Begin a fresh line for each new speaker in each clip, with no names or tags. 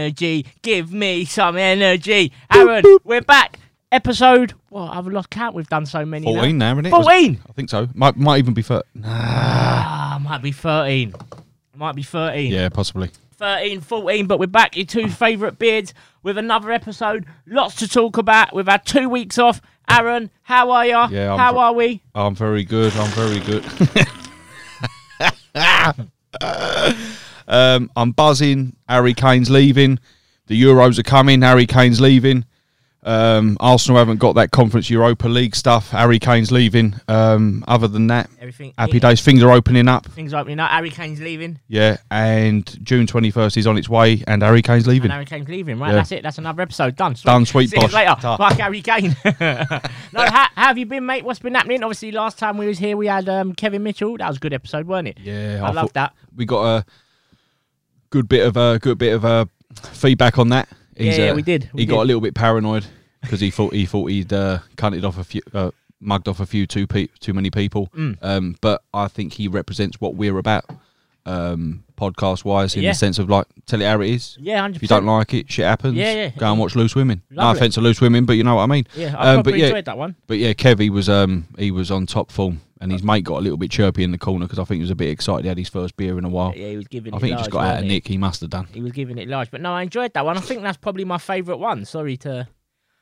energy. Give me some energy. Aaron, we're back. Episode. Well, I've lost count. We've done so many. now.
14 now, isn't it?
Fourteen.
I think so. Might might even be for.
Ah, might be thirteen. Might be thirteen.
Yeah, possibly.
13, 14, but we're back. Your two favourite beards with another episode. Lots to talk about. We've had two weeks off. Aaron, how are ya?
Yeah, I'm
how
fr-
are we?
I'm very good. I'm very good. um, I'm buzzing. Harry Kane's leaving. The Euros are coming. Harry Kane's leaving. Um, Arsenal haven't got that Conference Europa League stuff. Harry Kane's leaving. Um, other than that,
Everything.
happy days. Things are opening up.
Things opening up. Harry Kane's leaving.
Yeah, and June 21st is on its way, and Harry Kane's leaving.
And Harry Kane's leaving, right?
Yeah.
That's it. That's another episode. Done. Sweet.
Done, sweet
See you
boss.
later.
Ta.
Bye, Harry Kane. no, how, how have you been, mate? What's been happening? Obviously, last time we was here, we had um, Kevin Mitchell. That was a good episode, weren't it?
Yeah,
I, love
thought-
that.
we got a good bit of a good bit of a feedback on that.
Yeah, yeah,
uh,
we did, we
he got
did.
a little bit paranoid because he thought he thought he'd uh, cunted off a few, uh, mugged off a few too pe- too many people.
Mm.
Um, but I think he represents what we're about, um, podcast wise, in
Yeah.
the sense of like tell it how it is.
Yeah, 100%.
If you don't like it, shit happens.
Yeah, yeah.
Go and watch Loose Women. No
Lovely.
offense to Loose Women, but you know what I mean.
Yeah, I
Um,
probably
but yeah,
enjoyed that one.
but yeah, Kev, he was um he was on top form, and
Uh,
his mate got a little bit chirpy in the corner because I think he was a bit excited. He had his first beer in a while.
Yeah, he was giving
Oh. I
it
think he
large,
just got out of
wasn't he?
nick. He must have done.
He was giving it large. But no, I enjoyed that one. I think that's probably my favourite one. Sorry to.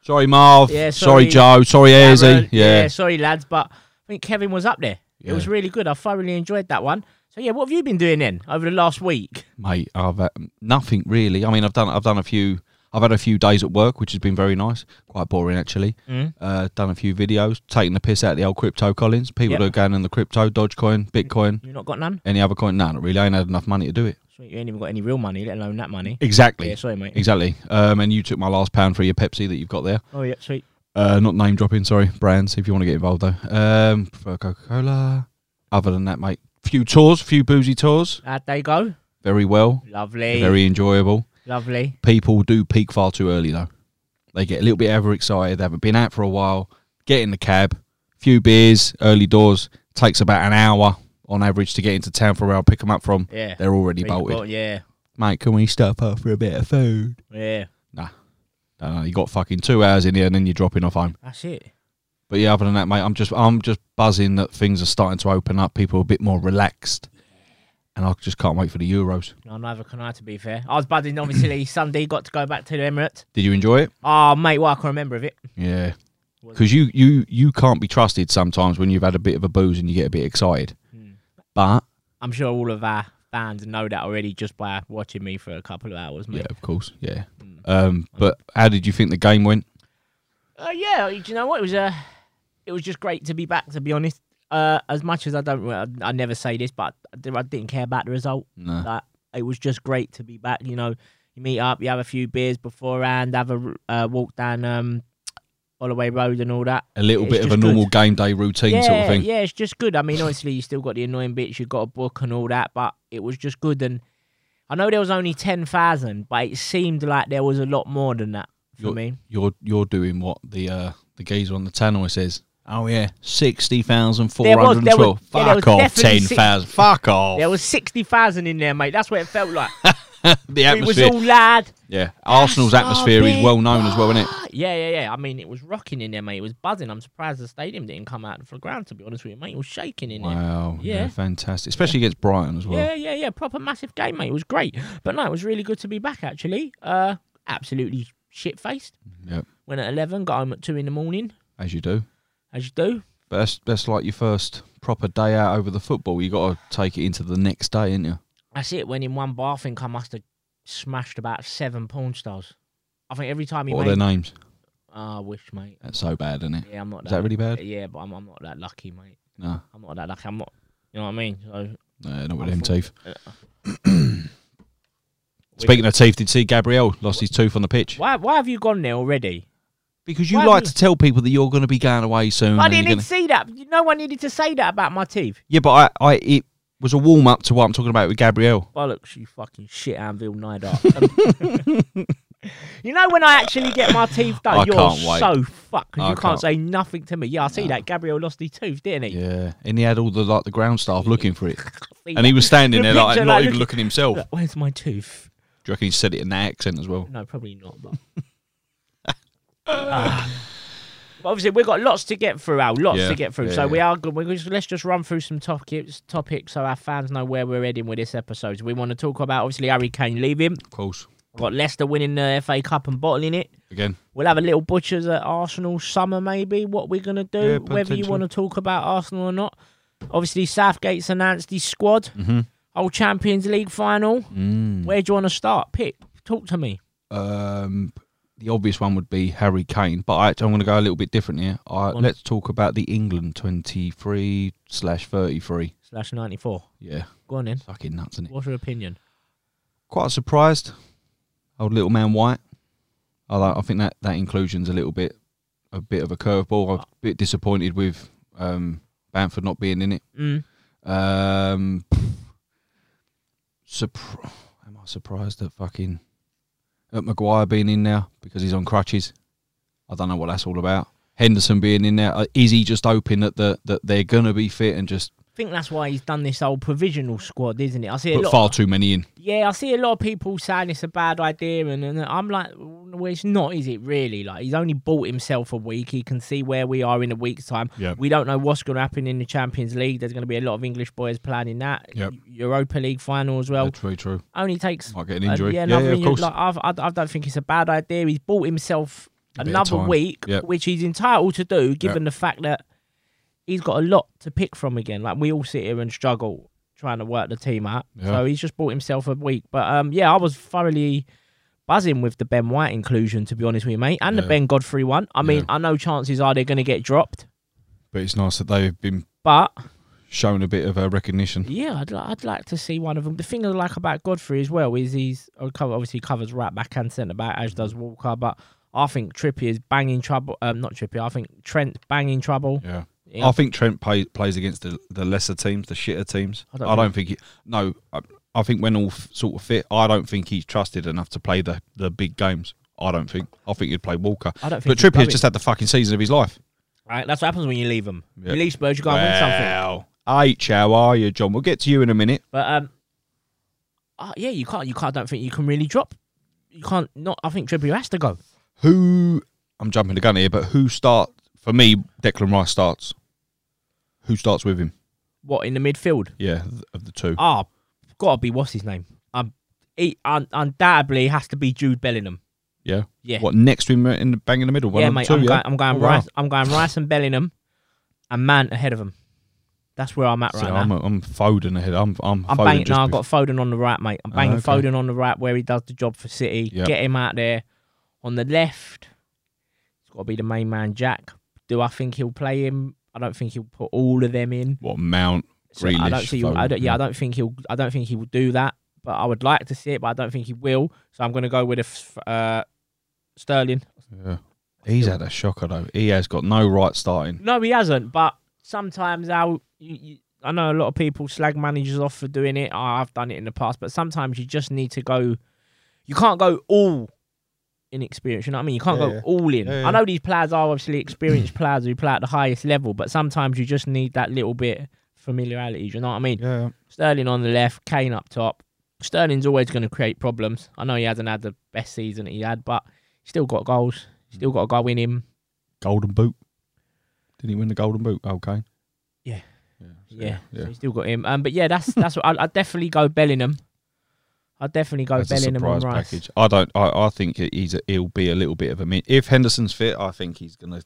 Sorry, Marv.
Yeah, sorry,
sorry, Joe. Sorry,
Aaron.
Airzy.
yeah,
Yeah.
sorry, lads, but I think Kevin was up there. It was
Yeah.
really good. I thoroughly enjoyed that one. So, yeah, what have you been doing then over the last week?
mate. I've uh, nothing really. I mean, I've done I've done a few. I've had a few days at work, which has been very nice. Quite boring actually.
Mm.
Uh, done a few videos, taking the piss out of the old crypto Collins. People
Yep.
that are going in the crypto, Dogecoin, Bitcoin,
You've not got none?
any other coin. No, not really. I ain't had enough money to do it.
Sweet, you ain't even got any real money, let alone that money.
Exactly.
Yeah, sorry, mate.
Exactly. Um, and you took my last pound for your Pepsi that you've got there.
Oh, yeah, sweet.
Uh, not name dropping, sorry. Brands, if you want to get involved though. Um, prefer Coca Cola. Other than that, mate, few tours, few boozy tours.
How'd they go?
Very well,
Lovely.
very enjoyable.
Lovely.
People do peak far too early though. They get a little bit overexcited. They haven't been out for a while. Get in the cab, few beers, early doors. Takes about an hour on average to get into town for where I'll pick them up from.
Yeah.
They're already
Big
bolted.
bolt, Yeah.
Mate, can we stop up for a bit of food?
Yeah.
No, no, you got fucking two hours in here and then you're dropping off home.
That's it.
But yeah, other than that, mate, I'm just I'm just buzzing that things are starting to open up. People are a bit more relaxed, and I just can't wait for the Euros.
No, neither can I, to be fair. I was buzzing, obviously, Sunday, got to go back to the Emirates.
Did you enjoy it?
Oh, mate, what I can remember of it.
Yeah, because you you you can't be trusted sometimes when you've had a bit of a booze and you get a bit excited.
Hmm.
But
I'm sure all of our fans know that already just by watching me for a couple of hours, mate.
yeah, of course, yeah.
Hmm.
Um, but how did you think the game went?
Uh, yeah, do you know what? It was uh, it was just great to be back. To be honest, uh, as much as I don't, well, I never say this, but I di- I didn't care about the result.
No.
Like, it was just great to be back. You know, you meet up, you have a few beers beforehand, have a r- uh, walk down um, Holloway Road and all that.
A little
It's
bit of
just
a
good.
normal game day routine
yeah,
sort of thing.
yeah, it's just good. I mean, obviously, you still got the annoying bits, you've got a book and all that, but it was just good. And I know there was only ten thousand, but it seemed like there was a lot more than that for
You're-
me.
You're you're doing what the uh, the geezer on the channel says. Oh yeah, sixty thousand four
There was-
hundred and
there was-
twelve.
yeah, there was
Fuck off,
definitely
ten
six-
thousand. Fuck off.
There was sixty thousand in there, mate. That's what it felt like.
the
it was
atmosphere.
all loud.
yeah, Arsenal's
That's our
atmosphere
big
is well known as well, isn't it?
Yeah, yeah, yeah. I mean, it was rocking in there, mate. It was buzzing. I'm surprised the stadium didn't come out of the ground. To be honest with you, mate, it was shaking in there.
Wow, yeah,
Yeah.
fantastic, especially against Brighton as well.
Yeah, yeah, yeah. Proper massive game, mate. It was great. But no, it was really good to be back. Actually, uh, absolutely shit faced.
Yep,
Went at eleven, got home at two in the morning,
as you do.
as you do.
But that's that's like your first proper day out over the football. You got to take it into the next day, ain't you?
That's it. When in one bar, I think I must have smashed about seven porn stars. I think every time he
What are
made,
their names?
Ah, I wish, mate.
That's so bad, isn't it?
Yeah, I'm not.
Is that really bad?
Yeah, but I'm, I'm not that lucky, mate.
No,
I'm not that lucky. I'm not. You know what I mean? So
no, not with
I'm
them
full-
teeth. Speaking of teeth, did you see Gabriel lost his tooth on the pitch?
Why, why have you gone there already?
Because you
Why
like
we-
to tell people that you're going to be going away soon.
I
and you're
didn't need
gonna-
to see that. No one needed to say that about my teeth.
Yeah, but I, I, it was a warm up to what I'm talking about with Gabriel.
Bollocks, you fucking shit Anvil Nidar. Um, you know when I actually get my teeth done,
I
you're
can't wait.
so fucked 'cause
I
you can't,
can't.
say nothing to me. Yeah, I see that. Gabriel lost his tooth, didn't he?
Yeah, and he had all the like the ground staff looking for it.
See
And he was standing
The
there, like
picture,
not
like,
even
look-
looking himself.
that? Where's my tooth?
Do you reckon he said it in that accent as well?
No, probably not. But, Ah. But obviously, we've got lots to get through, Al. Lots
Yeah,
to get through.
yeah,
so we
yeah.
are good. We're just, let's just run through some topics, topics so our fans know where we're heading with this episode. We want to talk about obviously Harry Kane leaving.
Of course.
We've got Leicester winning the FA Cup and bottling it.
Again,
We'll have a little butchers at Arsenal summer, maybe. What we're gonna do,
Yeah,
whether you
potentially.
want to talk about Arsenal or not. Obviously, Southgate's announced his squad.
Mhm.
Old Champions League final.
mm.
Where do you want to start? Pick. Talk to me.
um, the obvious one would be Harry Kane, but I, I'm going to go a little bit different here. I,
Go on.
let's talk about the England 23 slash 33.
Slash ninety four.
Yeah,
Go on in.
fucking nuts, isn't it?
What's your opinion?
Quite surprised. Old little man White. I, like- I think that that inclusion's a little bit, a bit of a curveball. I'm a bit disappointed with um, Bamford not being in it.
Mm.
Um, surpr- am I surprised at fucking at Maguire being in there because he's on crutches? I don't know what that's all about. Henderson being in there, uh, is he just hoping that the, that they're gonna be fit and just
I think that's why he's done this old provisional squad, isn't it? I see a
put
lot.
far too many in?
yeah, I see a lot of people saying it's a bad idea, and, and I'm like, well, it's not, is it really? Like, he's only bought himself a week. He can see where we are in a week's time.
Yeah.
We don't know what's going to happen in the Champions League. There's going to be a lot of English boys playing in that
Yep.
Europa League final as well.
very true.
Only takes
Might get an
uh,
injury.
yeah,
yeah,
another
of
injury.
course.
Like, I've, I, I don't think it's a bad idea. He's bought himself
A bit of
another
time.
week,
Yep.
which he's entitled to do, given the fact that he's got a lot to pick from again. Like we all sit here and struggle trying to work the team out.
Yeah.
So he's just bought himself a week. But um, yeah, I was thoroughly buzzing with the Ben White inclusion, to be honest with you, mate, and the
Yeah.
Ben Godfrey one. I mean,
Yeah.
I know chances are they're going to get dropped,
but it's nice that they've been
but
shown a bit of uh, recognition.
Yeah, I'd, li- I'd like to see one of them. The thing I like about Godfrey as well is he's oh, co- obviously covers right back and centre back, as does Walker. But I think Trippier is banging trouble. Um, not Trippier. I think Trent banging trouble.
Yeah.
Yeah.
I think Trent play, plays against the, the lesser teams, the shitter teams.
I
I
don't
don't, think he. No, I, I think when all f- sort of fit, I don't think he's trusted enough to play the, the big games. I don't think. I think he'd play Walker.
I don't
But
think. he's
Trippier's
going.
just had the fucking season of his life.
right. That's what happens when you leave him.
Yeah.
You leave Spurs, you go and win something.
Wow. H, how are you, John? We'll get to you in a minute.
But um, uh, yeah, you can't. You can't. I don't think you can really drop. You can't. Not. I think Trippier has to go.
Who? I'm jumping the gun here, but who start for me? Declan Rice starts. Who starts with him?
What in the midfield?
Yeah, th- of the two.
Ah, gotta be what's his name? Um, he un- undoubtedly has to be Jude Bellingham.
yeah.
Yeah.
What next to him in the bang in the middle? One
yeah,
of the
mate.
two,
I'm,
yeah?
going, I'm going
Oh, wow.
Rice. I'm going Rice and Bellingham, and man ahead of him. That's where I'm at right
so
now.
I'm, I'm Foden ahead. I'm I'm,
I'm
Foden
banging.
just
No, I've
bef-
got Foden on the right, mate. I'm
Oh,
banging
okay.
Foden on the right where he does the job for City.
Yep.
Get him out there. On the left, it's got to be the main man, Jack. Do I think he'll play him? I don't think he'll put all of them in.
what Mount.
So I don't
Grealish,
see. I
Foden,
don't, yeah, I don't think he'll. I don't think he will do that. But I would like to see it, but I don't think he will. So I'm going to go with a f- uh, Sterling.
Yeah. He's had a shocker though. He has got no right starting.
No, he hasn't. But sometimes I'll. You, you, I know a lot of people slag managers off for doing it. Oh, I've done it in the past, but sometimes you just need to go. You can't go all inexperienced. You know what I mean? You can't
Yeah,
go
yeah.
all in.
Yeah,
I
yeah.
know these players are obviously experienced players who play at the highest level, but sometimes you just need that little bit familiarity. do You know what I mean?
Yeah.
Sterling on the left, Kane up top. Sterling's always going to create problems. I know he hasn't had the best season he had, but he's still got goals. Still got a goal in him.
Golden boot. Did he win the golden boot? Oh, Okay.
Yeah.
Yeah. so
Yeah,
Yeah.
So he's still got him. Um, but yeah, that's that's what I would definitely go Bellingham. I would definitely go
That's a
Bellingham and
surprise
Rice.
package. I don't. I, I think he's a, he'll be a little bit of a min. If Henderson's fit, I think he's gonna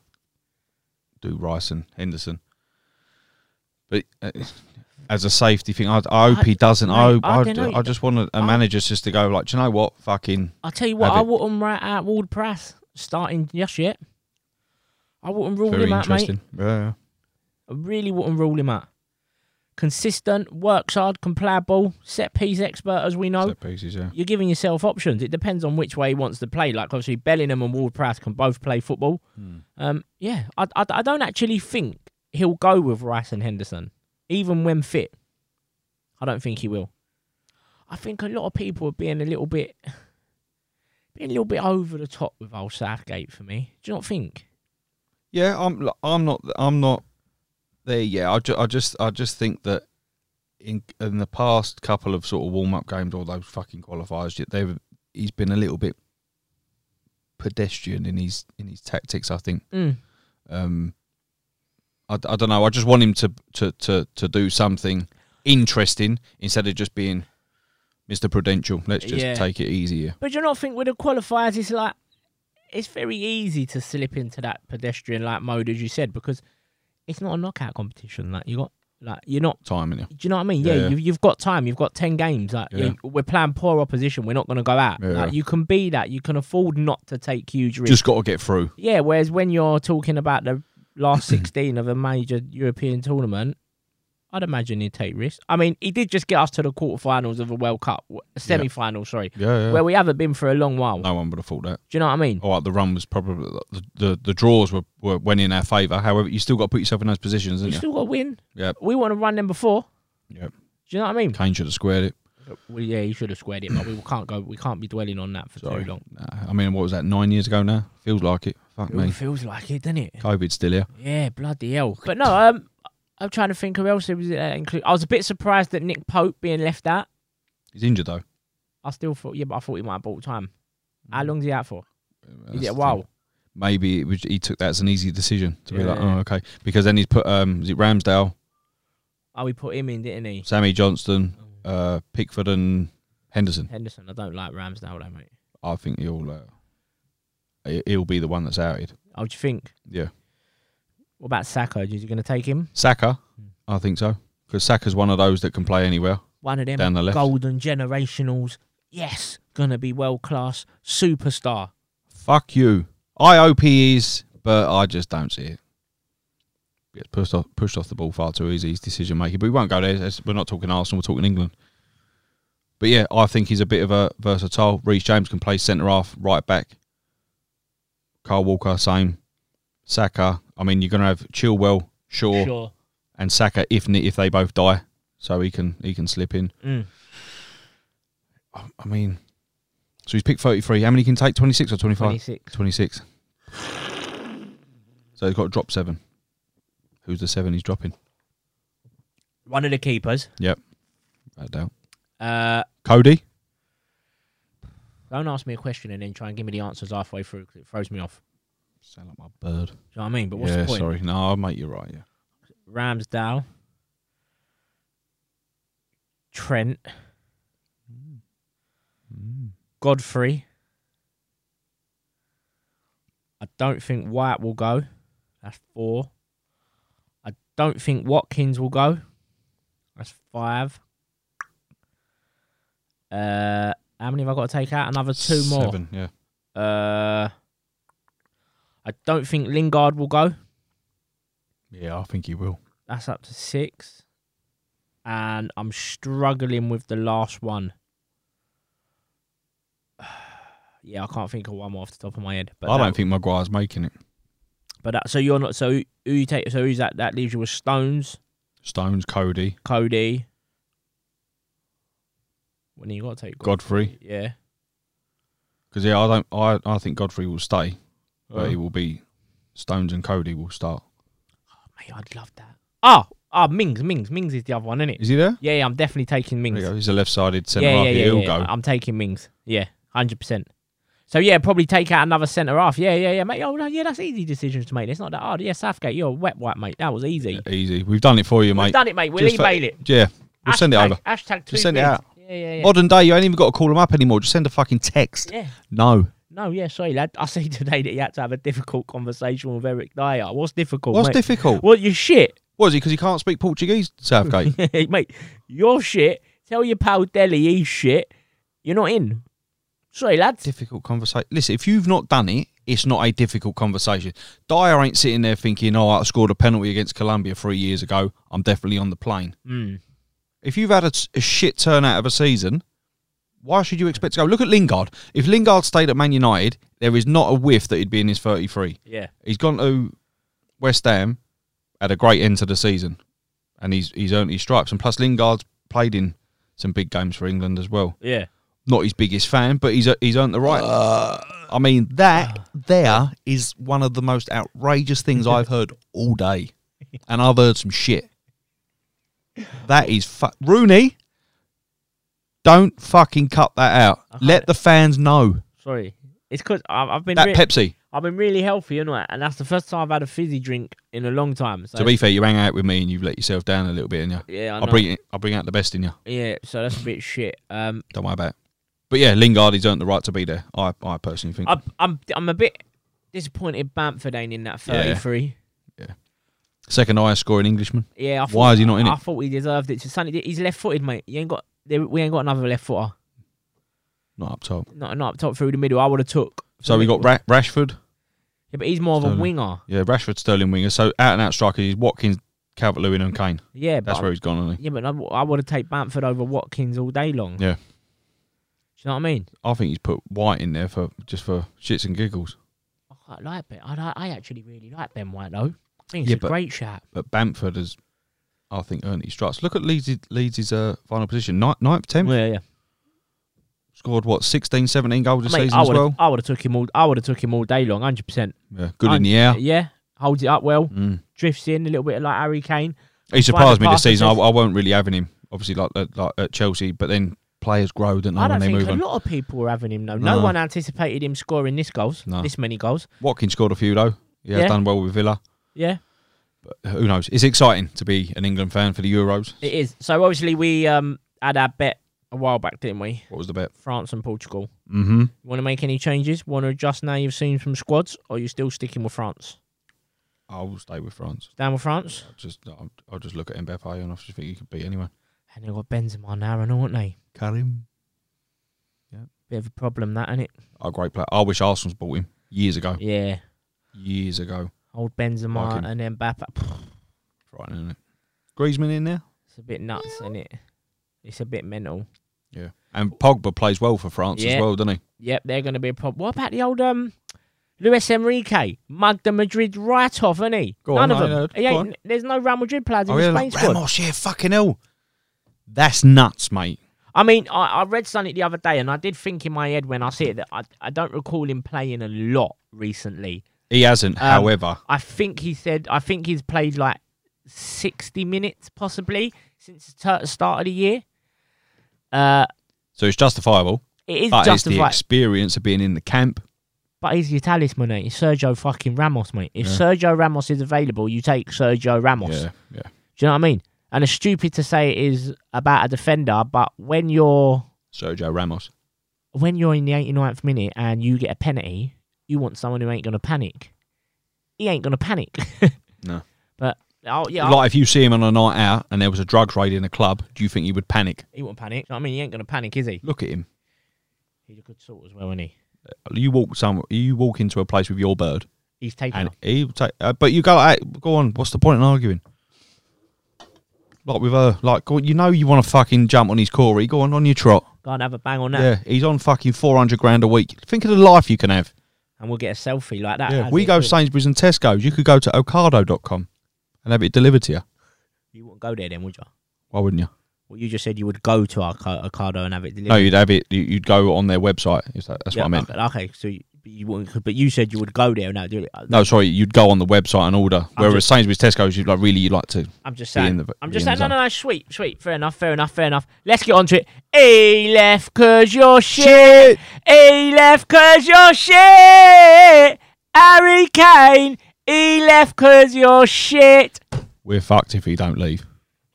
do Rice and Henderson. But uh, as a safety thing, I, I hope
I-
he doesn't. I,
mate,
hope,
I
I,
dunno.
I just want a, a
I-
manager just to go like, do you know what? Fucking
I tell you what,
Have
I
it.
wouldn't write out Ward Press starting just yet. I wouldn't rule
very
him out, mate.
interesting. Yeah.
I really wouldn't rule him out. Consistent, works hard, can play a ball, set piece expert as we know.
Set pieces, yeah.
you're giving yourself options. It depends on which way he wants to play. Like obviously, Bellingham and Ward Prowse can both play football. Um, yeah, I, I, I don't actually think he'll go with Rice and Henderson, even when fit. I don't think he will. I think a lot of people are being a little bit, being a little bit over the top with old Southgate for me. Do you not think?
Yeah, I'm. l- I'm not. I'm not there yet. I, ju- I just. I just think that in in the past couple of sort of warm up games, all those fucking qualifiers, they were he's been a little bit pedestrian in his in his tactics. I think.
Mm.
Um, I, I don't know. I just want him to, to to to do something interesting instead of just being Mr. Prudential. Let's just
Yeah.
take it easier.
But do you not think with the qualifiers, it's like it's very easy to slip into that pedestrian like mode as you said because it's not a knockout competition. Like you got like you're not.
Time in
Do you know what I mean?
Yeah,
Yeah,
yeah.
You've, you've got time. You've got ten games. Like
Yeah.
you, we're playing poor opposition. We're not going to go out.
Yeah.
Like you can be that. You can afford not to take huge risks.
Just got to get through.
Yeah, whereas when you're talking about the last 16 of a major European tournament, I'd imagine he'd take risks. I mean, he did just get us to the quarterfinals of a World Cup, w- semi final, sorry,
Yeah,
where we haven't been for a long while.
No Oh, one would have thought that.
Do you know what I mean?
All right, the run was probably the the, the draws were, were went in our favour. However, you still got to put yourself in those positions,
We
didn't you?
still got to win.
Yep.
We want to run them before.
Yep.
Do you know what I mean?
Kane should have squared it.
Well, yeah, you should have squared it, but we can't go. We can't be dwelling on that for
Sorry.
too long.
Nah, I mean, what was that? Nine years ago now. Feels like it. Fuck
It
me.
feels like it, doesn't it?
COVID's still here.
Yeah, bloody hell. But no, um, I'm trying to think who else it was that include. I was a bit surprised that Nick Pope being left out.
He's injured though.
I still thought, yeah, but I thought he might have bought time.
Mm.
How long's he out for?
That's
Is
the
it a
thing.
while?
Maybe it was, he took that as an easy decision to be like,
Yeah.
oh, okay, because then he's put um, is it Ramsdale,
Oh, he put him in, didn't he?
Sammy Johnston,
Oh,
uh, Pickford, and Henderson.
Henderson, I don't like Ramsdale, though, mate.
I think he'll uh, he- he'll be the one that's outed.
How do you think?
Yeah,
What about Saka? Is he going to take him?
Saka,
Hmm.
I think so, because Saka's one of those that can play anywhere.
One of them
Down the left.
golden generationals. Yes, going to be world class superstar.
Fuck you. I hope he is, but I just don't see it. Gets pushed off, pushed off the ball far too easy. He's decision making, but we won't go there. It's- We're not talking Arsenal. We're talking England. But yeah, I think he's a bit of a versatile. Reece James can play centre half, right back. Carl Walker, same. Saka. I mean, you're going to have Chilwell, Shaw,
Sure.
and Saka if ne- if they both die, so he can he can slip in.
Mm.
I, I mean, so he's picked 33. How many can he take? 26 or 25?
26.
26. So he's got to drop seven. Who's the seven he's dropping?
One of the keepers.
I doubt.
Uh,
Cody?
don't ask me a question and then try and give me the answers halfway through 'cause it throws me off.
Sound like my bird.
Do you know what I mean? But what's
yeah,
the point?
sorry. No, mate, you're right, yeah.
Ramsdale, Trent, Uh, Godfrey. I don't think White will go. That's four. I don't think Watkins will go. That's five. Uh, how many have I got to take out? Another two more.
Seven, yeah.
Uh, I don't think Lingard will go.
Yeah, I think he will.
That's up to six. And I'm struggling with the last one. yeah, I can't think of one more off the top of my head. But
I
that,
don't think Maguire's making it.
But that, so you're not. So who you take? So who's that? That leaves you with Stones,
Stones, Cody,
Cody. When you got to take
Godfrey.
Yeah.
Because yeah, I don't I, I think Godfrey will stay,
Uh-huh.
but he will be Stones and Cody will start.
Mate, I'd love that. Oh, ah, Mings, Mings, Mings is the other one, isn't it?
Is he there?
Yeah, yeah, I'm definitely taking
There
Mings.
you go. He's a left sided centre
yeah,
half.
yeah, yeah,
He'll
yeah.
go.
I'm taking Mings. Yeah, hundred percent. So yeah, probably take out another centre half. Yeah, yeah, yeah, mate. Oh no, yeah, that's easy decisions to make. It's not that hard. Yeah, Southgate, you're a wet wipe, mate. That was easy.
Easy. We've done it for you,
We've
mate.
done it, mate. We'll
Just for-
email it.
Yeah. We'll send it
Hashtag-
over.
Hashtag two
Just send it
bids.
out.
Yeah, yeah, yeah.
Modern day, you ain't even got to call them up anymore. Just send a fucking text.
yeah.
No.
No, yeah, sorry, lad. I see today that you had to have a difficult conversation with Eric Dyer. What's difficult?
What's
mate?
difficult?
Well, your shit,
What is it? Because he can't speak Portuguese, Southgate.
mate. Your shit. Tell your pal Delhi he's shit. You're not in. Sorry, lad.
difficult conversation. Listen, if you've not done it, it's not a difficult conversation. Dyer ain't sitting there thinking, oh, I scored a penalty against Colombia three years ago. I'm definitely on the plane.
Mm.
If you've had a, a shit turnout of a season, why should you expect to go? Look at Lingard. If Lingard stayed at Man United, there is not a whiff that he'd be in his 33.
Yeah.
He's gone to West Ham, had a great end to the season, and he's he's earned his stripes. And plus, Lingard's played in some big games for England as well.
Yeah.
Not his biggest fan, but he's he's earned the right.
Uh.
I mean, that there is one of the most outrageous things I've heard all day, and I've heard some shit. That is fu- Rooney. Don't fucking cut that out.
can't-
Let the fans know
Sorry, it's because I've, I've been
that
re-
Pepsi.
I've been really healthy, and and that's the first time I've had a fizzy drink in a long time. So
To be fair, you hang out with me and you've let yourself down a little bit, and you.
yeah, I
I'll
know.
bring it. I'll bring out the best in you.
yeah, so that's a bit shit. Um,
Don't worry about it. But yeah, Lingard, he's earned the right to be there. I, I personally think.
I, I'm I'm a bit disappointed Bamford ain't in that 33.
Second highest scoring Englishman.
Yeah, I thought,
Why is he not in
I
it?
thought he deserved it. Sonny, he's left-footed, mate. You ain't got there- we ain't got another left footer.
Not up top.
Not not up top through the middle. I would have took.
So we got Ra- Rashford.
Yeah, but he's more of a
Sterling.
winger.
Yeah, Rashford, Sterling winger. So out and out striker, he's Watkins, Calvert Lewin, and Kane.
Yeah,
That's
but
where he's gone, isn't he?
yeah, but I, would have taken Bamford over Watkins all day long.
Yeah.
Do you know what I mean?
I think he's put White in there for just for shits and giggles.
I quite like Ben. I, li- I actually really like Ben White though. I think it's
Yeah,
a
but-
great shot.
But Bamford has, I think, earned his stripes. Look at Leeds' Leeds' uh, final position. Ninth, ninth tenth.
Yeah, yeah.
Scored, what, 16, 17 goals this
Mate,
season
I
as
would
well?
I would have took him all. I would have took him all day long, hundred percent.
Yeah, good in the air.
Yeah, holds it up well.
Mm.
drifts in a little bit like Harry Kane.
He surprised me this
pass
season. I,
assist.
I weren't really having him, obviously, like, uh, like, like at Chelsea, but then players grow, don't they,
I
when
don't
they
think
move
a
on.
lot of people were having him though. No,
No.
one anticipated him scoring this goals,
No.
this many goals.
Watkins scored a few, though. He has
Yeah.
done well with Villa.
Yeah,
But who knows? It's exciting to be an England fan for the Euros.
it is. So obviously we um had our bet a while back, didn't we?
What was the bet?
France and Portugal.
Mm-hmm.
You want to make any changes? Want to adjust now you've seen some squads, or are you still sticking with France?
I will stay with France.
Down with France,
I'll just, I'll, I'll just look at Mbappe and I just think he could beat anyone.
and they've got Benzema now, and aren't they?
Karim.
Bit of a problem, that, innit?
A great player. I wish Arsenal's bought him years ago.
Yeah.
Years ago.
Old
Like
Benzema
him.
and then Bappa.
Frightening, isn't it? Griezmann in there.
It's a bit nuts, isn't it? It's a bit mental.
And Pogba plays well for France
Yeah.
as well, doesn't he?
Yep, they're going to be a problem. What about the old um, Luis Enrique? Mugged the Madrid right off, isn't he?
Go
None
on,
of
I
them.
heard.
He
Go
ain't, there's no Real Madrid players in
Oh,
the
yeah,
Spain
like,
squad.
Ramos, yeah, fucking hell. That's nuts, mate.
I mean, I, I read something the other day and I did think in my head when I see it that I, I don't recall him playing a lot recently.
He hasn't,
Um,
however.
I think he said, I think he's played like 60 minutes possibly since the t- start of the year. Uh,
So it's justifiable.
it is
But it's the
justified.
experience of being in the camp.
But he's your talisman, mate. It's Sergio fucking Ramos, mate. If Sergio Ramos is available, you take Sergio Ramos.
Yeah, yeah.
Do you know what I mean? And it's stupid to say it is about a defender, but when you're
Sergio Ramos.
when you're in the 89th minute and you get a penalty, you want someone who ain't gonna panic. He ain't gonna panic.
No.
But oh yeah,
Like if you see him on a night out and there was a drugs raid in a club, do you think he would panic?
he won't panic. Do you know what I mean, he ain't gonna panic, is he?
Look at him.
He's a good sort as well, isn't he?
You walk some. You walk into a place with your bird,
He's taken.
and
up.
he will take. Uh, but you go. Hey, go on. What's the point in arguing? Like with her, like go, you know you want to fucking jump on his Corey. Go on on your trot.
Can't have a bang on that,
Yeah, he's on fucking four hundred grand a week. Think of the life you can have.
and we'll get a selfie like that.
Yeah,
as
we
it
go
is.
Sainsbury's and Tesco's. You could go to Ocado.com and have it delivered to you.
You wouldn't go there then, would you?
Why wouldn't you?
Well, you just said you would go to our Ocado and have it delivered.
No, you'd have it. you- You'd go on their website. Is that, that's
Yeah,
what I meant.
Okay, okay, so you, but you wouldn't, but you said you would go there now. Do it.
No, sorry, you'd go on the website and order. Whereas
just-
Sainsbury's, Tesco's, you'd like really you'd like to.
I'm just
Be in
saying.
the-
I'm
be
just
in
saying.
the
No, no, no. Sweet, sweet. Fair enough. Fair enough. Fair enough. Let's get on to it. He left cause you're shit. He left cause you're shit. Harry Kane. He left cause you're shit.
We're fucked if he don't leave.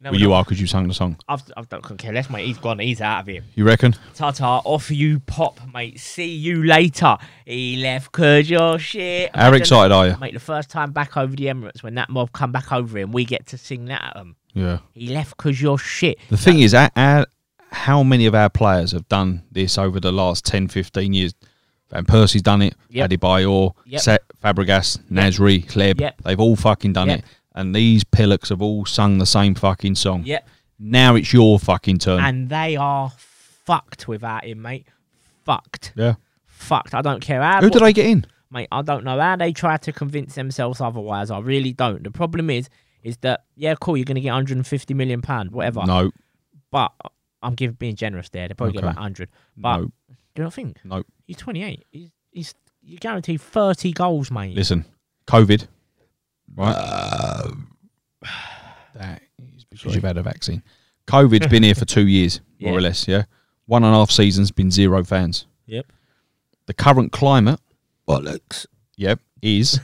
No,
well, you are because you sang the song.
I've, I've, I don't care less, mate. He's gone. He's out of here.
You reckon?
Tata, off you pop, mate. See you later. He left cause you're shit.
How
Imagine-
excited are you?
Mate, the first time back over the Emirates when that mob come back over him, we get to sing that at them.
Yeah.
He left because you're shit.
The thing is, our, our, how many of our players have done this over the last 10, 15 years? Van Persie's done it.
Yep.
Adebayor,
Yep.
Set, Fabregas, Nasri, Kleb.
Yep.
They've all fucking done
Yep.
it. And these pillocks have all sung the same fucking song.
Yep.
Now it's your fucking turn.
And they are fucked without him, mate. Fucked.
yeah.
Fucked. I don't care how.
Who did I get in?
Mate, I don't know how they try to convince themselves otherwise. I really don't. The problem is, is that, yeah, cool, you're going to get £150 million, whatever.
No,
But I'm giving, being generous there. They probably get
Okay.
about 100 But
no,
do you not think?
no.
He's 28. He's, he's you're guaranteed 30 goals, mate.
Listen, COVID, right? that is because you've had a vaccine. COVID's been here for two years, more
Yeah.
or less. Yeah, one and a half seasons, been zero fans.
Yep.
The current climate,
Bollocks.
yep, is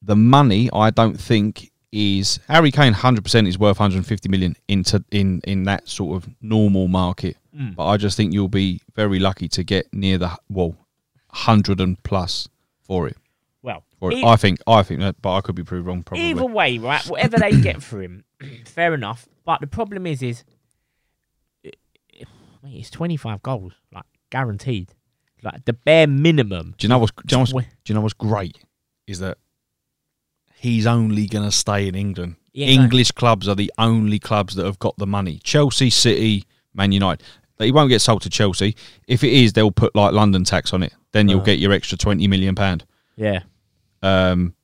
the money. I don't think is Harry Kane. Hundred percent is worth 150 million into in in that sort of normal market. But I just think you'll be very lucky to get near the well, hundred and plus for it.
Well,
For it.
e-
I think I think that, but I could be proved wrong. Probably.
either way, right? Whatever they get for him, fair enough. But the problem is, is it- it- mate, it's twenty five goals, like guaranteed, like the bare minimum.
Do you know what's do you know what's,
Wh-
do you know what's great is that he's only going to stay in England.
Yeah, no.
English clubs are the only clubs that have got the money. Chelsea, City, Man United. But He won't get sold to Chelsea. If it is, they'll put like London tax on it. Then you'll
Uh.
get your extra twenty million pound.
Yeah.
Um,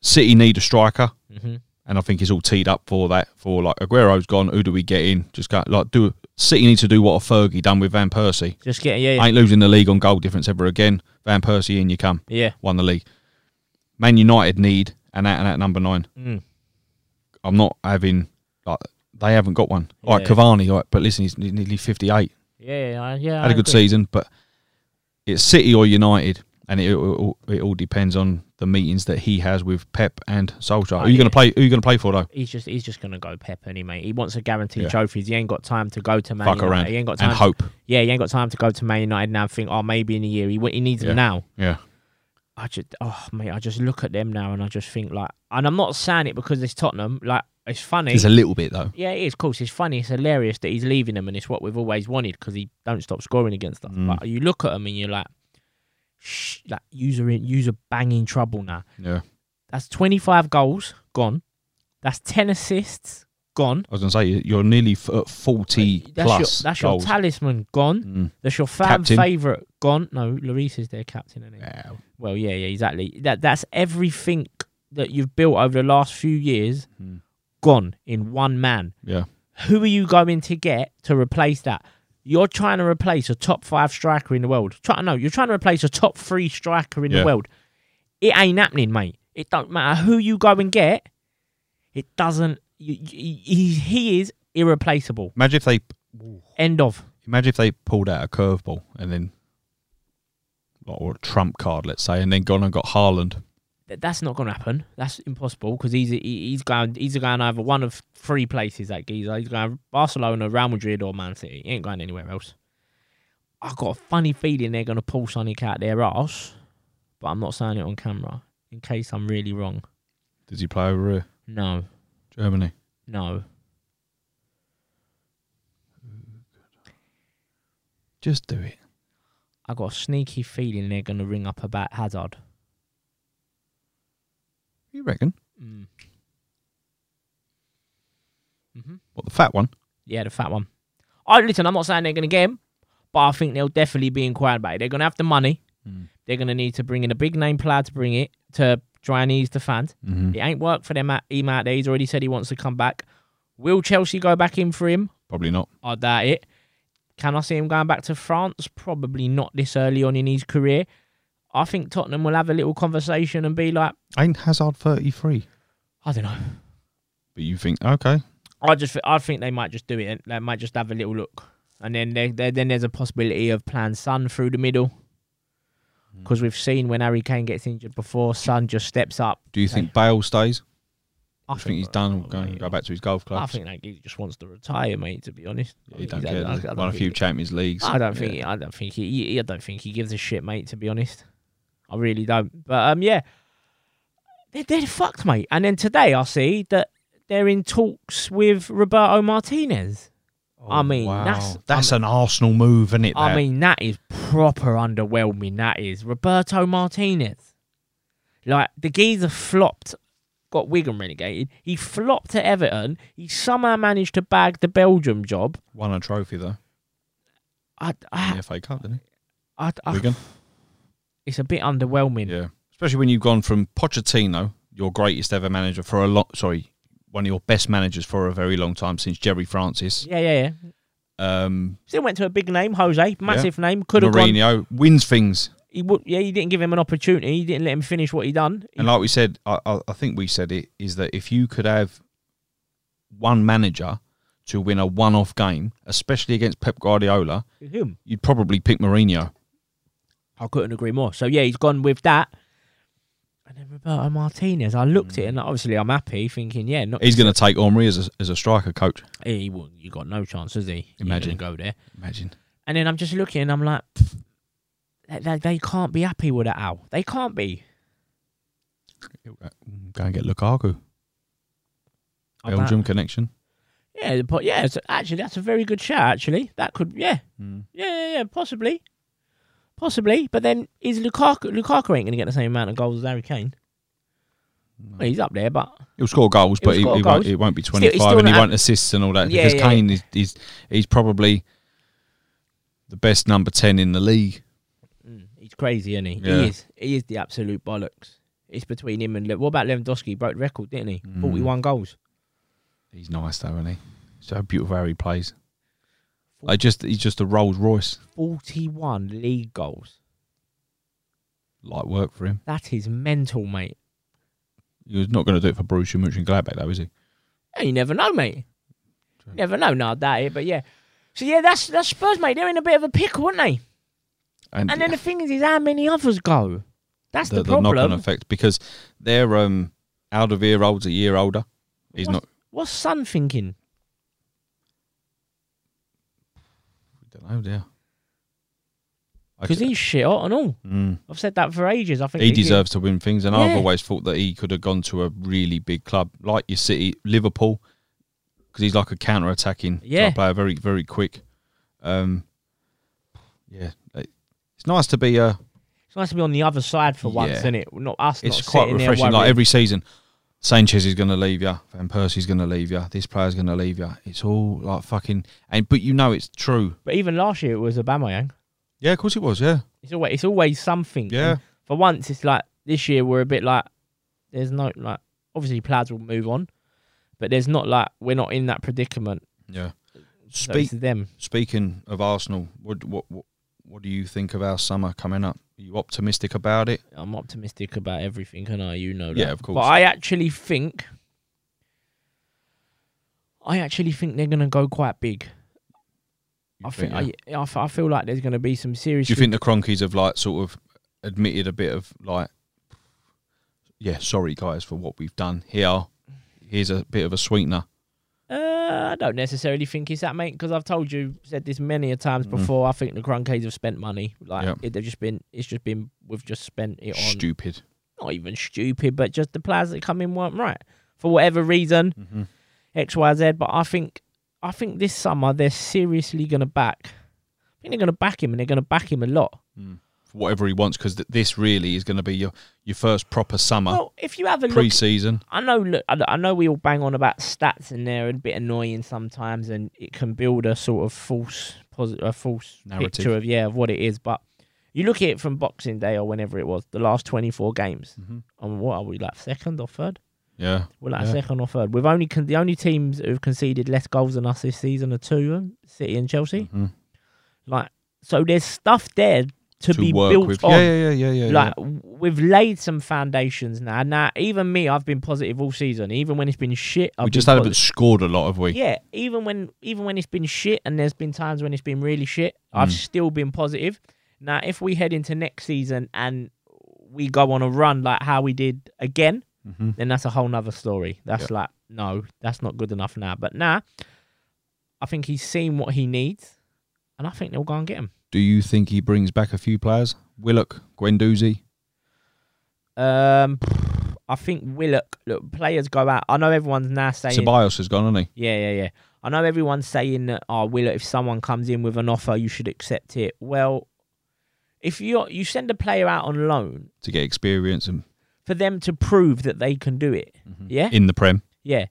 City need a striker,
Mm-hmm.
and I think it's all teed up for that. For like Aguero's gone, who do we get in? Just go, like do City need to do what a Fergie done with Van Persie.
Just get yeah, yeah,
Ain't losing the league on goal difference ever again. Van Persie in you come
yeah.
won the league. Man United need an out and out number nine.
Mm.
I'm not having like they haven't got one. Like
Yeah.
Cavani, like, but listen, he's nearly 58.
yeah, yeah. I- yeah
Had
I
a good
agree.
season, but it's City or United, and it, it, all- it all depends on the meetings that he has with Pep and Solskjaer.
Oh,
who you
yeah.
going to play? Who you going to play for though?
He's just he's just gonna go Pep anyway. He wants a guaranteed
Yeah.
trophies. He ain't got time to go to Man
Fuck
United.
around
He ain't got
and
time. to-
hope.
yeah, he ain't got time to go to Man United now. And think, oh, maybe in a year he wa- he needs
Yeah.
them now.
Yeah,
I just, oh mate, I just look at them now and I just think like, and I'm not saying it because it's Tottenham. Like it's funny.
it's a little bit though.
yeah, it is. Of course, it's funny. It's hilarious that he's leaving them, and it's what we've always wanted because he don't stop scoring against us.
Mm.
But you look at him and you're like, shh, like user in user banging trouble now.
Yeah,
That's 25 goals gone. That's 10 assists gone.
I was going to say you- you're nearly f- at 40
That's
plus.
your that's
goals.
your talisman gone.
Mm.
That's your fan
Captain.
favorite gone. No, Lloris is their captain, isn't he?
Yeah.
Well, yeah, yeah, exactly. That that's everything that you've built over the last few years
Mm.
gone in one man.
yeah,
Who are you going to get to replace that? You're trying to replace a top five striker in the world. Try, no, you're trying to replace a top three striker in
Yeah.
the world. It ain't happening, mate. It don't matter who you go and get. It doesn't. You, you, he, he is irreplaceable.
Imagine if they
End of.
Imagine if they pulled out a curveball and then, like, or a trump card, let's say, and then gone and got Haaland.
Th- That's not going to happen. That's impossible because he's he- he's going he's going either one of three places that geezer. He's going Barcelona, Real Madrid, or Man City. He ain't going anywhere else. I've got a funny feeling they're going to pull something out their arse, but I'm not saying it on camera in case I'm really wrong.
Does he play over here?
No,
Germany?
no.
Just do it.
I got a sneaky feeling they're going to ring up about Hazard.
You reckon?
Mm. hmm
What the fat one?
Yeah, the fat one. I listen. I'm not saying they're going to get him, but I think they'll definitely be inquired about it. They're going to have the money.
Mm.
They're going to need to bring in a big name player to bring it to try and ease the fans.
Mm-hmm.
It ain't worked for them at him out there. He's already said he wants to come back. Will Chelsea go back in for him?
Probably not.
I doubt it. Can I see him going back to France? Probably not this early on in his career. I think Tottenham will have a little conversation and be like,
Ain't Hazard thirty-three?
I don't know.
But you think okay?
I just, I think they might just do it. They might just have a little look, and then they, they, then there's a possibility of playing Sun through the middle,
Hmm.
because we've seen when Harry Kane gets injured before, Sun just steps up.
Do you think Bale stays?
I
I think he's done. We'll go,
mate,
go back to his golf
I
clubs.
think that he just wants to retire, mate. To be honest,
Yeah, he don't
He's- I-
care.
I- I
does he?
don't
Won a
think
few
he-
Champions Leagues.
I don't
Yeah.
think. I don't think he. he- I don't think he gives a shit, mate. To be honest, I really don't. But um, yeah, they're, they're fucked, mate. And then today I see that they're in talks with Roberto Martinez. I mean, that's-
that's an Arsenal move, isn't it?
I
that?
mean, that is proper underwhelming. That is Roberto Martinez. Like the geezer flopped, got Wigan relegated. He flopped at Everton. He somehow managed to bag the Belgium job.
won a trophy though
I,
in
I,
the FA Cup, didn't he?
I, I-
Wigan.
it's a bit underwhelming.
Yeah, especially when you've gone from Pochettino, your greatest ever manager for a long, sorry, one of your best managers for a very long time since Jerry Francis.
yeah, yeah. yeah.
Um,
Still went to a big name, Jose, massive name. Could have gone.
Mourinho wins things,
He would, yeah, you didn't give him an opportunity. You didn't let him finish what he done. He-
and like we said, I, I, I think we said it is that if you could have one manager to win a one-off game, especially against Pep Guardiola,
Him.
you'd probably pick Mourinho.
I couldn't agree more. So yeah, he's gone with that. And then Roberto Martinez, I looked at it and obviously I'm happy, thinking, yeah, not
He's going to take Omri as a, as a striker coach.
he will. You got no chance, has he? You're
Imagine.
gonna go there.
Imagine.
And then I'm just looking, and I'm like, pff, they, they, they can't be happy with that. Al, they can't be.
Go and get Lukaku.
I'm
Belgium connection.
like, yeah, but yeah, so actually, that's a very good shot. Actually, that could, yeah,
Mm.
yeah, yeah, yeah, possibly, possibly. But then is Lukaku? Lukaku ain't gonna get the same amount of goals as Harry Kane. Well, he's up there, but
He'll score goals,
He'll
but he,
score
he
goals.
Won't, it won't be
Still- he's
25
still
and he
not-
won't assist and all that
Yeah,
because
yeah,
Kane is he's, he's probably the best number 10 in the league.
Mm, he's crazy, isn't he?
Yeah.
He is. He is the absolute bollocks. It's between him and Le- what about Lewandowski? He broke the record, didn't he?
Mm.
Forty-one goals.
He's nice though, isn't he? So beautiful how he plays. Like just he's just a Rolls Royce.
Forty-one league goals.
Light work for him.
That is mental, mate.
He's not going to do it for Borussia Mönchengladbach though, is he?
Yeah, you never know, mate.
True.
Never know. No, I doubt it. But yeah. So yeah, that's that's Spurs, mate. They're in a bit of a pickle, aren't they? And then the thing is, is how many others go? That's the,
the, the knock-on
problem.
effect because they're um out of year olds a year older. He's
What's-
not.
What's Son thinking?
I don't know, dear. I
Because
ju-
he's shit hot and all.
Mm.
I've said that for ages. I think
he
could-
deserves to win things, and I've
Yeah.
always thought that he could have gone to a really big club like your City, Liverpool, because he's like a counter-attacking type
Yeah.
player, very very quick. Um, yeah, like, it's nice to be uh, a.
It's nice to be on the other side for once,
Yeah.
isn't it? Not us.
It's
not
quite
sitting there
refreshing. Like
worrying.
every season, Sanchez is going to leave you, Van Persie's going to leave you, this player's going to leave you. It's all like fucking, and but you know it's true.
But even last year, it was Aubameyang.
Yeah, of course it was. Yeah,
It's always it's always something.
yeah.
And for once, it's like this year we're a bit like there's no like obviously Plaids will move on, but there's not like we're not in that predicament.
Yeah.
So
Speak,
it's them.
speaking of Arsenal, what, what what what do you think of our summer coming up? Are you optimistic about it?
I'm optimistic about everything, and I you know that.
Yeah, of course.
But I actually think I actually think they're gonna go quite big.
You
I think uh,
yeah.
I, I f- I feel like there's gonna be some serious.
do you think the Cronkies have like sort of admitted a bit of like, yeah, sorry guys for what we've done here. Here's a bit of a sweetener.
Uh, I don't necessarily think it's that, mate, because I've told you, said this many a times before. I think the Cronkies have spent money. Like
Mm. Yeah.
it, they've just been, it's just been, we've just spent it on
Stupid.
not even stupid, but just the players that come in weren't right for whatever reason,
Mm-hmm.
X, Y, Z. But I think, I think this summer they're seriously gonna back. I think they're gonna back him, and they're gonna back him a lot.
For whatever he wants, because th- this really is going to be your your first proper summer
Well, if you have a look
pre-season.
I know. Look, I I know we all bang on about stats, and they're a bit annoying sometimes, and it can build a sort of false, posi- a false
Narrative.
picture of yeah of what it is. But you look at it from Boxing Day or whenever it was, the last twenty four games,
Mhm.
and what are we like second or third?
Yeah,
We're like
Yeah.
second or third. We've only con- the only teams who've conceded less goals than us this season are two, of 'em, City and Chelsea.
Mhm.
Like so, there's stuff there to,
to
be
work
built
with.
on
Yeah, yeah, yeah, yeah, yeah. yeah.
like w- we've laid some foundations now. Now even me, I've been positive all season, even when it's been shit. I've
we just
been
haven't
posi-
scored a lot, have we?
yeah, even when even when it's been shit, and there's been times when it's been really shit, I've
Mm.
still been positive. Now, if we head into next season and we go on a run like how we did again,
Mm-hmm.
then that's a whole nother story. That's like, no, that's not good enough now. But now, I think he's seen what he needs, and I think they'll go and get him.
Do you think he brings back a few players? Willock, Gwendouzi.
Um, I think Willock. Look, players go out. I know everyone's now saying,
Ceballos has gone, hasn't
yeah, yeah, yeah. I know everyone's saying that. Oh, Willock, if someone comes in with an offer, you should accept it. Well, if you you send a player out on loan
he? To get experience and
for them to prove that they can do it, yeah,
in the Prem.
yeah,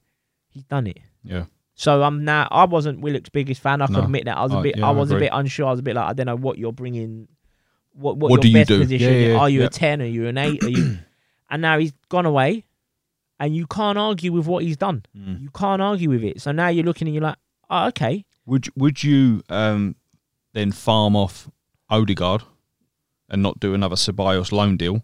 he's done it.
Yeah.
So I'm now. I wasn't Willock's biggest fan. I can
No.
admit that. I was a
I-
bit.
yeah,
I
I
was a
agree.
bit unsure. I was a bit like, I don't know what you're bringing. What what,
What
your
do you
best
do?
position?
Yeah,
is.
yeah,
Are you
yeah.
a ten? Are you an eight? Are you? and now he's gone away, and you can't argue with what he's done.
Mm.
You can't argue with it. So now you're looking and you're like, oh, okay,
Would would you um, then farm off Odegaard
Hmm.
and not do another Ceballos loan deal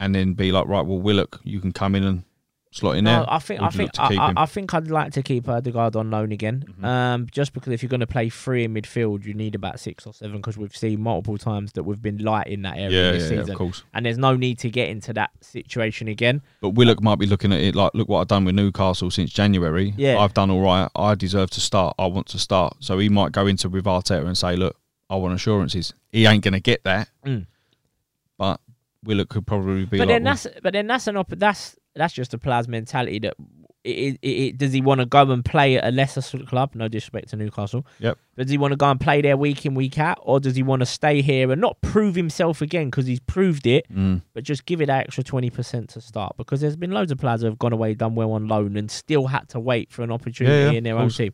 and then be like, right, well, Willock, you can come in and slot in
No,
there?
I think
Or
I
would you
think
look
I,
to keep
I,
him?
I think I'd like to keep Erdegaard on loan again.
Mhm.
Um, just because if you're going to play three in midfield, you need about six or seven because we've seen multiple times that we've been light in that area
yeah,
this
yeah, yeah,
season,
of course.
and there's no need to get into that situation again.
But Willock might be looking at it like, look what I've done with Newcastle since January.
Yeah.
I've done all right. I deserve to start. I want to start. So he might go into with Arteta and say, look, I want assurances. He ain't going to get that.
Mm.
But Willock could probably be
But
like,
then
well,
that's but then that's an op- that's that's just a player's mentality that it, it, it, does he want to go and play at a lesser sort of club? No disrespect to Newcastle.
Yep.
But does he want to go and play there week in week out, or does he want to stay here and not prove himself again because he's proved it?
mm,
but just give it that extra 20% to start because there's been loads of players who have gone away, done well on loan, and still had to wait for an opportunity
Yeah, yeah,
in their
of
own
course.
team.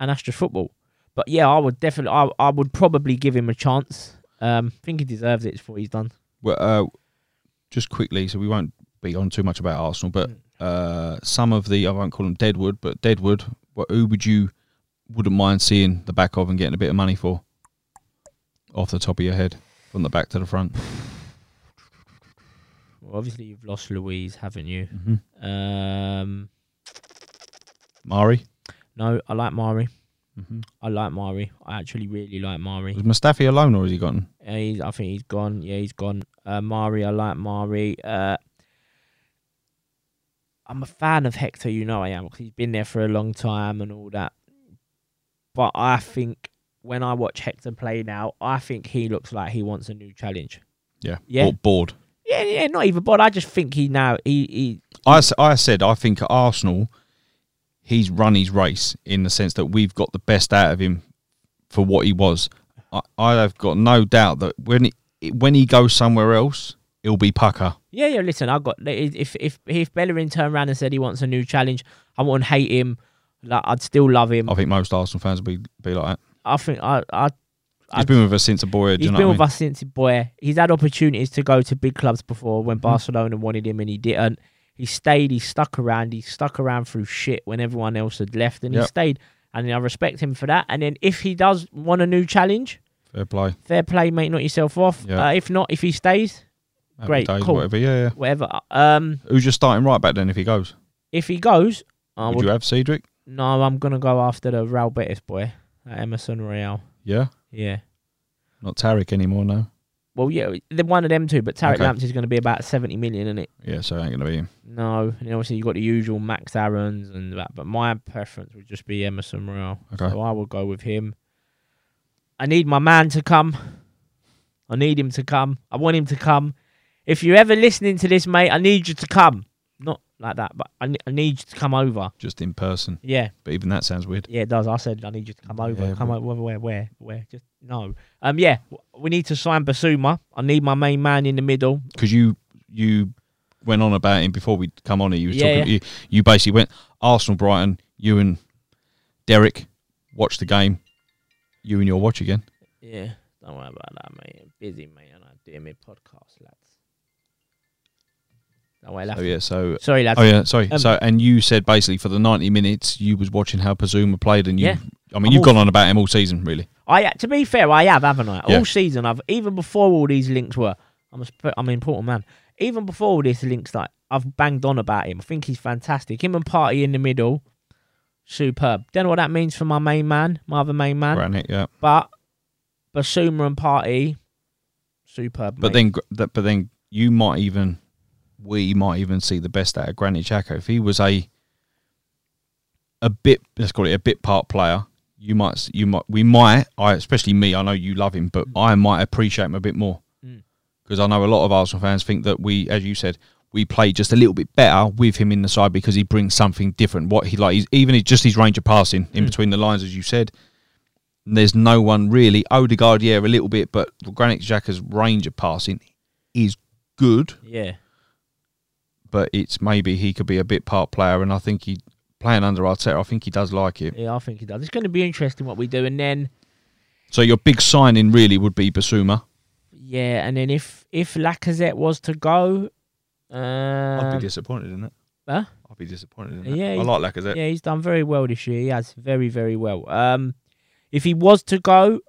And that's just football. But yeah, I would definitely, I, I would probably give him a chance. Um, think he deserves it for what he's done.
Well, uh, just quickly, so we won't be on too much about Arsenal, but uh, some of the I won't call them Deadwood, but Deadwood, what, who would you wouldn't mind seeing the back of and getting a bit of money for, off the top of your head, from the back to the front?
Well, obviously, you've lost Louise, haven't you?
Mm-hmm.
Um,
Mari,
no, I like Mari.
mm-hmm.
I like Mari. I actually really like Mari.
was Mustafi alone, or has he gotten?
Uh, he's, I think he's gone. Yeah, he's gone. Uh, Mari, I like Mari. Uh, I'm a fan of Hector, you know I am, 'cause he's been there for a long time and all that. But I think when I watch Hector play now, I think he looks like he wants a new challenge.
Yeah,
Yeah.
Or bored.
Yeah, yeah, not even. But I just think he now he he
I, s- I said I think at Arsenal, he's run his race in the sense that we've got the best out of him for what he was. I, I have got no doubt that when he, when he goes somewhere else, he'll be pucker.
Yeah, yeah. Listen, I got if if if Bellerin turned around and said he wants a new challenge, I wouldn't hate him. Like I'd still love him.
I think most Arsenal fans will be, be like that.
I think I I I-
He's been with us since a boyhood. do
He's
you know
been
what I
with us since he's boy. He's had opportunities to go to big clubs before
Mm-hmm.
when Barcelona wanted him and he didn't. He stayed. He stuck around. He stuck around through shit when everyone else had left, and he
Yep.
stayed. And I respect him for that. And then if he does want a new challenge,
mean? Fair play.
fair play, mate. Knock yourself off.
Yeah.
Uh, if not, if he stays,
Happy
Great,
days,
cool.
Whatever. Yeah, yeah.
whatever. Um,
Who's your starting right back then if he goes?
if he goes, I
Would
would.
you have Cedric?
No, I'm gonna go after the Real Betis boy, uh, Emerson Real.
Yeah.
Yeah.
Not Tarek anymore, no.
Well, yeah, the one of them two, but Tarek
Okay.
Lamptey's going to be about seventy million, isn't it?
Yeah, so it ain't going to be him.
No, and then obviously you've got the usual Max Aaron's and that, but my preference would just be Emerson Royal.
Okay.
So I will go with him. I need my man to come. I need him to come. I want him to come. If you're ever listening to this, mate, I need you to come. Not like that, but I, ne- I need you to come over.
Just in person.
Yeah,
But even that sounds weird.
yeah, it does. I said I need you to come over.
Yeah,
come
but-
over. Where, where, where? Just no. Um, yeah, w- we need to sign Basuma. I need my main man in the middle.
because you you went on about him before we would come on. here. You was
Yeah,
talking. You, you basically went Arsenal, Brighton. You and Derek watched the game. You and your watch again.
Yeah, don't worry about that, mate. I'm busy, mate, and I'm doing my podcast, lads. Don't worry, lads.
Oh yeah. So
Sorry, lads.
oh yeah. Sorry.
Um,
so and you said basically for the ninety minutes you was watching how Pazuma played and you.
Yeah. Oh.
I mean
I'm
you've
all-
gone on about him all season really.
I to be fair, I have, haven't I?
Oh, Yeah.
All season, I've even before all these links were. I'm a sp- I'm an important man. Even before all these links, that I've banged on about him. I think he's fantastic. Him and Party in the middle, superb. Don't know what that means for my main man, my other main man,
Granit, yeah.
but Basuma and Party, superb.
But
mate.
then gr- that- but then you might even we might even see the best out of Granit Xhaka if he was a a bit let's call it a bit part player. You might s- you might we might I especially me I know you love him but I might appreciate him a bit more
Mm.
because I know a lot of Arsenal fans think that we as you said we play just a little bit better with him in the side because he brings something different. What he like, he's, even his, just his range of passing in
Mm.
between the lines, as you said, there's no one really. Odegaard, yeah, a little bit, but Granit Xhaka's range of passing is good,
yeah,
but it's maybe he could be a bit part player, and I think he playing under Arteta, I think he does like it.
yeah, I think he does. It's going to be interesting what we do, and then.
So your big signing really would be Basuma.
Yeah, and then if if Lacazette was to go, um,
disappointed in that.
Huh?
I'd be disappointed in
that. Yeah, I he-
like Lacazette.
uh, yeah, he's done very well this year. He has very very well. Um, if he was to go,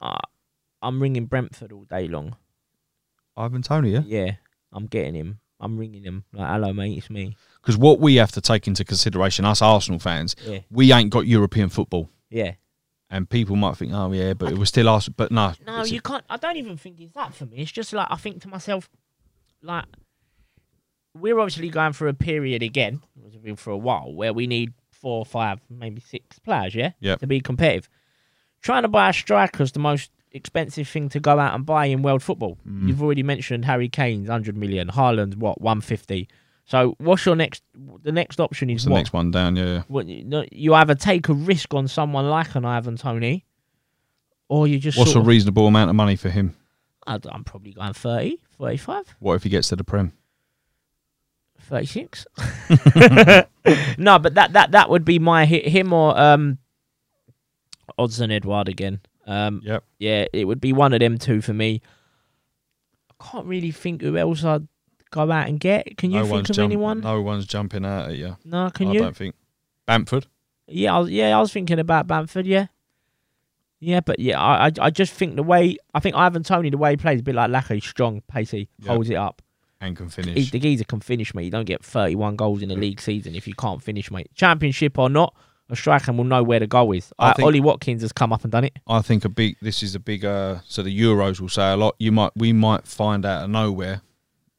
uh, I'm ringing Brentford all day long.
Ivan Tony,
Yeah, I'm getting him. I'm ringing him like, "Hello, mate, it's me."
Because what we have to take into consideration, us Arsenal fans,
Yeah,
we ain't got European football,
yeah.
and people might think, "Oh yeah, but it was still Arsenal." But no,
No,
it's-
you can't. I don't even think it's that for me. It's just like I think to myself, like we're obviously going through a period again, which has been for a while, where we need four, five, maybe six players, yeah,
Yep.
to be competitive. Trying to buy a striker is the most expensive thing to go out and buy in world football.
Mm.
You've already mentioned Harry Kane's hundred million, Haaland's what one fifty. So what's your next? The next option is
it's the
what?
next one down. Yeah, yeah.
what you, no, you either take a risk on someone like an Ivan Tony, or you just
what's
sort of-
a reasonable amount of money for him?
I'd, I'm probably going 30, 35,
What if he gets to the Prem?
36. no, but that that that would be my hi- him or um Odson Edward again. Um
Yep.
yeah, it would be one of them two for me. I can't really think who else I'd go out and get. Can you
no
think
one's
of
jump-
anyone? No,
No one's jumping out at you.
can
I
you?
don't think Bamford.
Yeah, I was, yeah, I was thinking about Bamford. Yeah, yeah, but yeah, I, I, I just think the way I think Ivan Tony the way he plays is a bit like Lacko, he's strong, pacey,
Yeah.
holds it up.
and can
He,
finish.
the geezer can finish, mate. You don't get thirty-one goals in a league season if you can't finish, mate. Championship or not, a striker will know where the goal is.
I
Uh,
think-
Ollie Watkins has come up and done it.
I think a big. This is a big. Uh, so the Euros will say a lot. You might. We might find out of nowhere.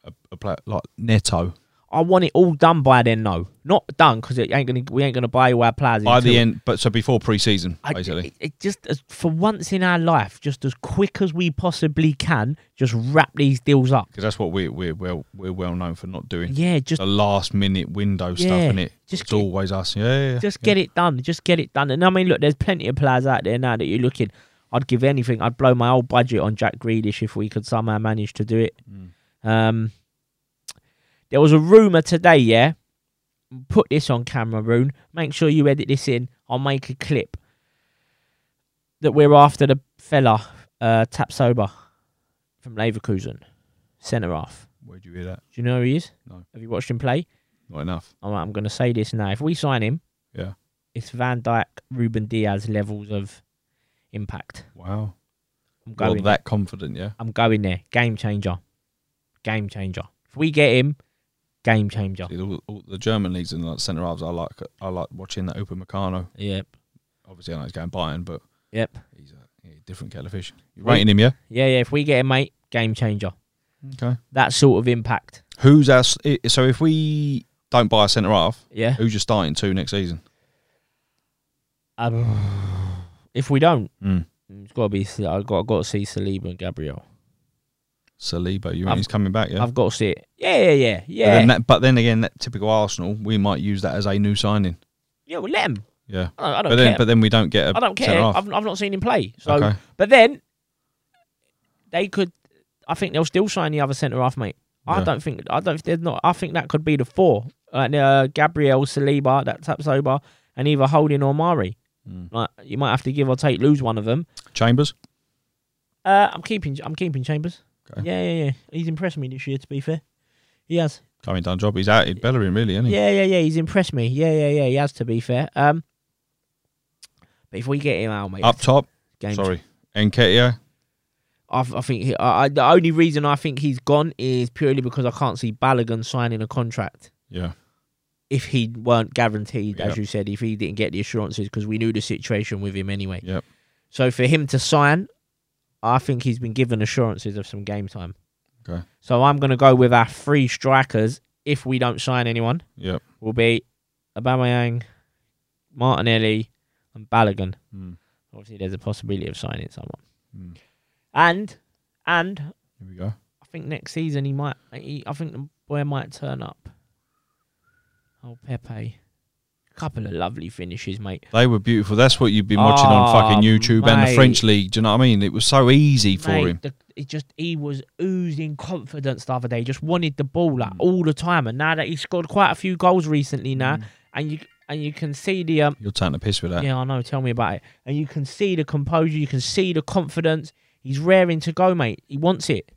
A, a player like Neto
I want it all done by then, though. Not done because it ain't gonna. We ain't gonna buy all our players
by
until-
the end, but so before pre-season,
I-
basically.
it, it just as, for once in our life, just as quick as we possibly can, just wrap these deals up.
because that's what we're we're well we're well known for not doing
Yeah, just
the last minute window stuff,
Yeah,
and it
just
it's
get-
always us. Yeah, yeah, yeah.
just get it done. Just get it done. And I mean, look, there's plenty of players out there now that you're looking. I'd give anything. I'd blow my whole budget on Jack Grealish if we could somehow manage to do it. Um, there was a rumor today, yeah. Put this on camera, Rune. Make sure you edit this in. I'll make a clip that we're after the fella uh, Tapsoba from Leverkusen, centre half.
Where'd you hear that?
Do you know who he is?
No.
Have you watched him play?
Not enough.
All right, I'm going to say this now. If we sign him,
Yeah.
it's Van Dijk, Ruben Diaz levels of impact.
Wow.
I'm going.
Well, that confident, yeah.
I'm going there. Game changer. Game changer. If we get him, game changer.
See, all, all the German leagues and like centre halves, I like. I like watching that Upper Meccano.
Yep.
Obviously, I know he's going Bayern, but
Yep.
he's a yeah, different kettle of fish. You're
Wait.
rating him, yeah?
Yeah, yeah. If we get him, mate, game changer.
Okay.
That sort of impact.
Who's our s- i- so if we don't buy a centre half,
Yeah.
who's your starting two next season?
Um, if we don't,
Mm.
it's got to be. I've got, got to see Saliba and Gabriel.
Saliba,
I've-
you mean he's coming back? Yeah.
I've got to see it. Yeah, yeah, yeah,
But then,
yeah.
that, but then again, that typical Arsenal, we might use that as a new signing.
yeah, well, let him.
Yeah.
I don't, I don't
But then,
care.
but then we don't get a
I don't care.
centre half.
I've, I've not seen him play. So,
Okay.
but then they could. I think they'll still sign the other centre half, mate. I
Yeah.
don't think. I don't. There's not. I think that could be the four. Like uh, Gabriel Saliba, that Tapsoba, and either Holding or Mari.
Mm.
Like you might have to give or take, lose one of them.
Chambers.
Uh, I'm keeping. I'm keeping Chambers.
Okay.
Yeah, yeah, yeah. He's impressed me this year. To be fair, he has.
Coming down job. He's out in Bellerin, really, isn't he?
Yeah, yeah, yeah. He's impressed me. Yeah, yeah, yeah. He has. To be fair. Um, but if we get him out, mate,
Up top.
game
Sorry. Enketia.
I, I think he, I, I, the only reason I think he's gone is purely because I can't see Balogun signing a contract
Yeah.
if he weren't guaranteed, as
Yep.
you said, if he didn't get the assurances because we knew the situation with him anyway.
Yep.
So for him to sign, I think he's been given assurances of some game time.
Okay.
So I'm going to go with our three strikers if we don't sign anyone
Yeah.
will be Aubameyang, Martinelli, and Balogun.
Mm.
Obviously, there's a possibility of signing someone,
Mm.
and and
Here we go.
I think next season he might. He, I think the boy might turn up. Oh Pepe, couple of lovely finishes, mate.
They were beautiful. That's what you've been watching on
Oh,
fucking YouTube and
mate.
the French league. Do you know what I mean? It was so easy for
Mate,
him.
the- it just he was oozing confidence the other day. Just wanted the ball like all the time, and now that he's scored quite a few goals recently now, and you and you can see the um.
You're taking the piss with that.
Mm. Yeah, I know. Tell me about it. And you can see the composure. You can see the confidence. He's raring to go, mate. He wants it.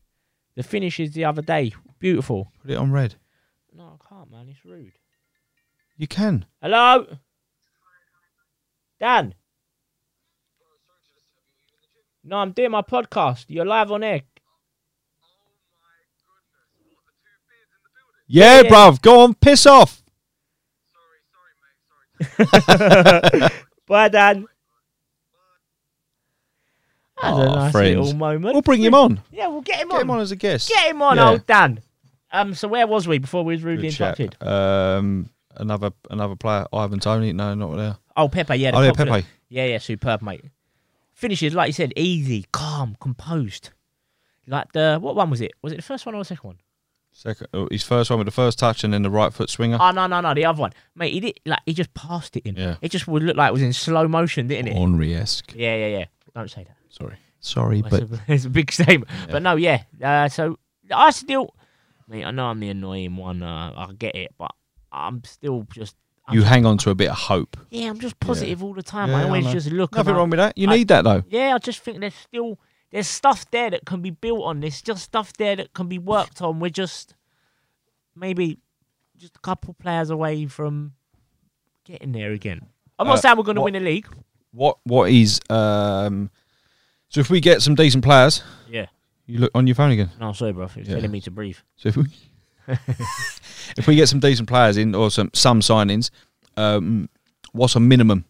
The finishes the other day, beautiful.
Put it on red.
No, I can't, man. It's rude.
You can.
Hello? Dan? No, I'm doing my podcast. You're live on air.
Yeah, bruv, go on, piss off.
Bye, Dan. That's a
Aw,
nice
friends.
little moment.
We'll bring him on.
yeah, we'll get him
Get
on.
him on as a guest.
Get him on,
Yeah.
old Dan. Um, so where was we before we was
Good
rudely
chap.
interrupted?
Um, another another player, Ivan Tony. No, not there.
Oh, Pepe, yeah. the
Oh, yeah,
popular-
Pepe.
Yeah, yeah, superb, mate. Finishes, like you said, easy, calm, composed. Like the, what one was it? Was it the first one or the second one?
Second, oh, his first one with the first touch and then the right foot swinger.
Oh, no, no, no, the other one. Mate, he did, like, he just passed it in.
Yeah.
It just would look like it was in slow motion, didn't it?
Henri esque.
Yeah, yeah, yeah. Don't say that.
Sorry. Sorry,
That's
but
a- it's a big statement. But no, yeah. Uh, so I still, mate, I know I'm the annoying one. Uh, I get it, but I'm still just, I'm
you
just-
hang on to a bit of hope.
yeah, I'm just positive all the time.
Yeah,
I
I
always
know.
just look. and
Nothing
I-
wrong with that. You
I-
need that though.
Yeah, I just think there's still there's stuff there that can be built on. There's just stuff there that can be worked on. We're just maybe just a couple players away from getting there again. I'm not
Uh,
saying we're going to
what-
win the league.
What what is um? So if we get some decent players,
Yeah.
you look on your phone again.
No, sorry, bro. It's
Yeah.
telling me to breathe.
So if we if we get some decent players in or some some signings, um, what's a minimum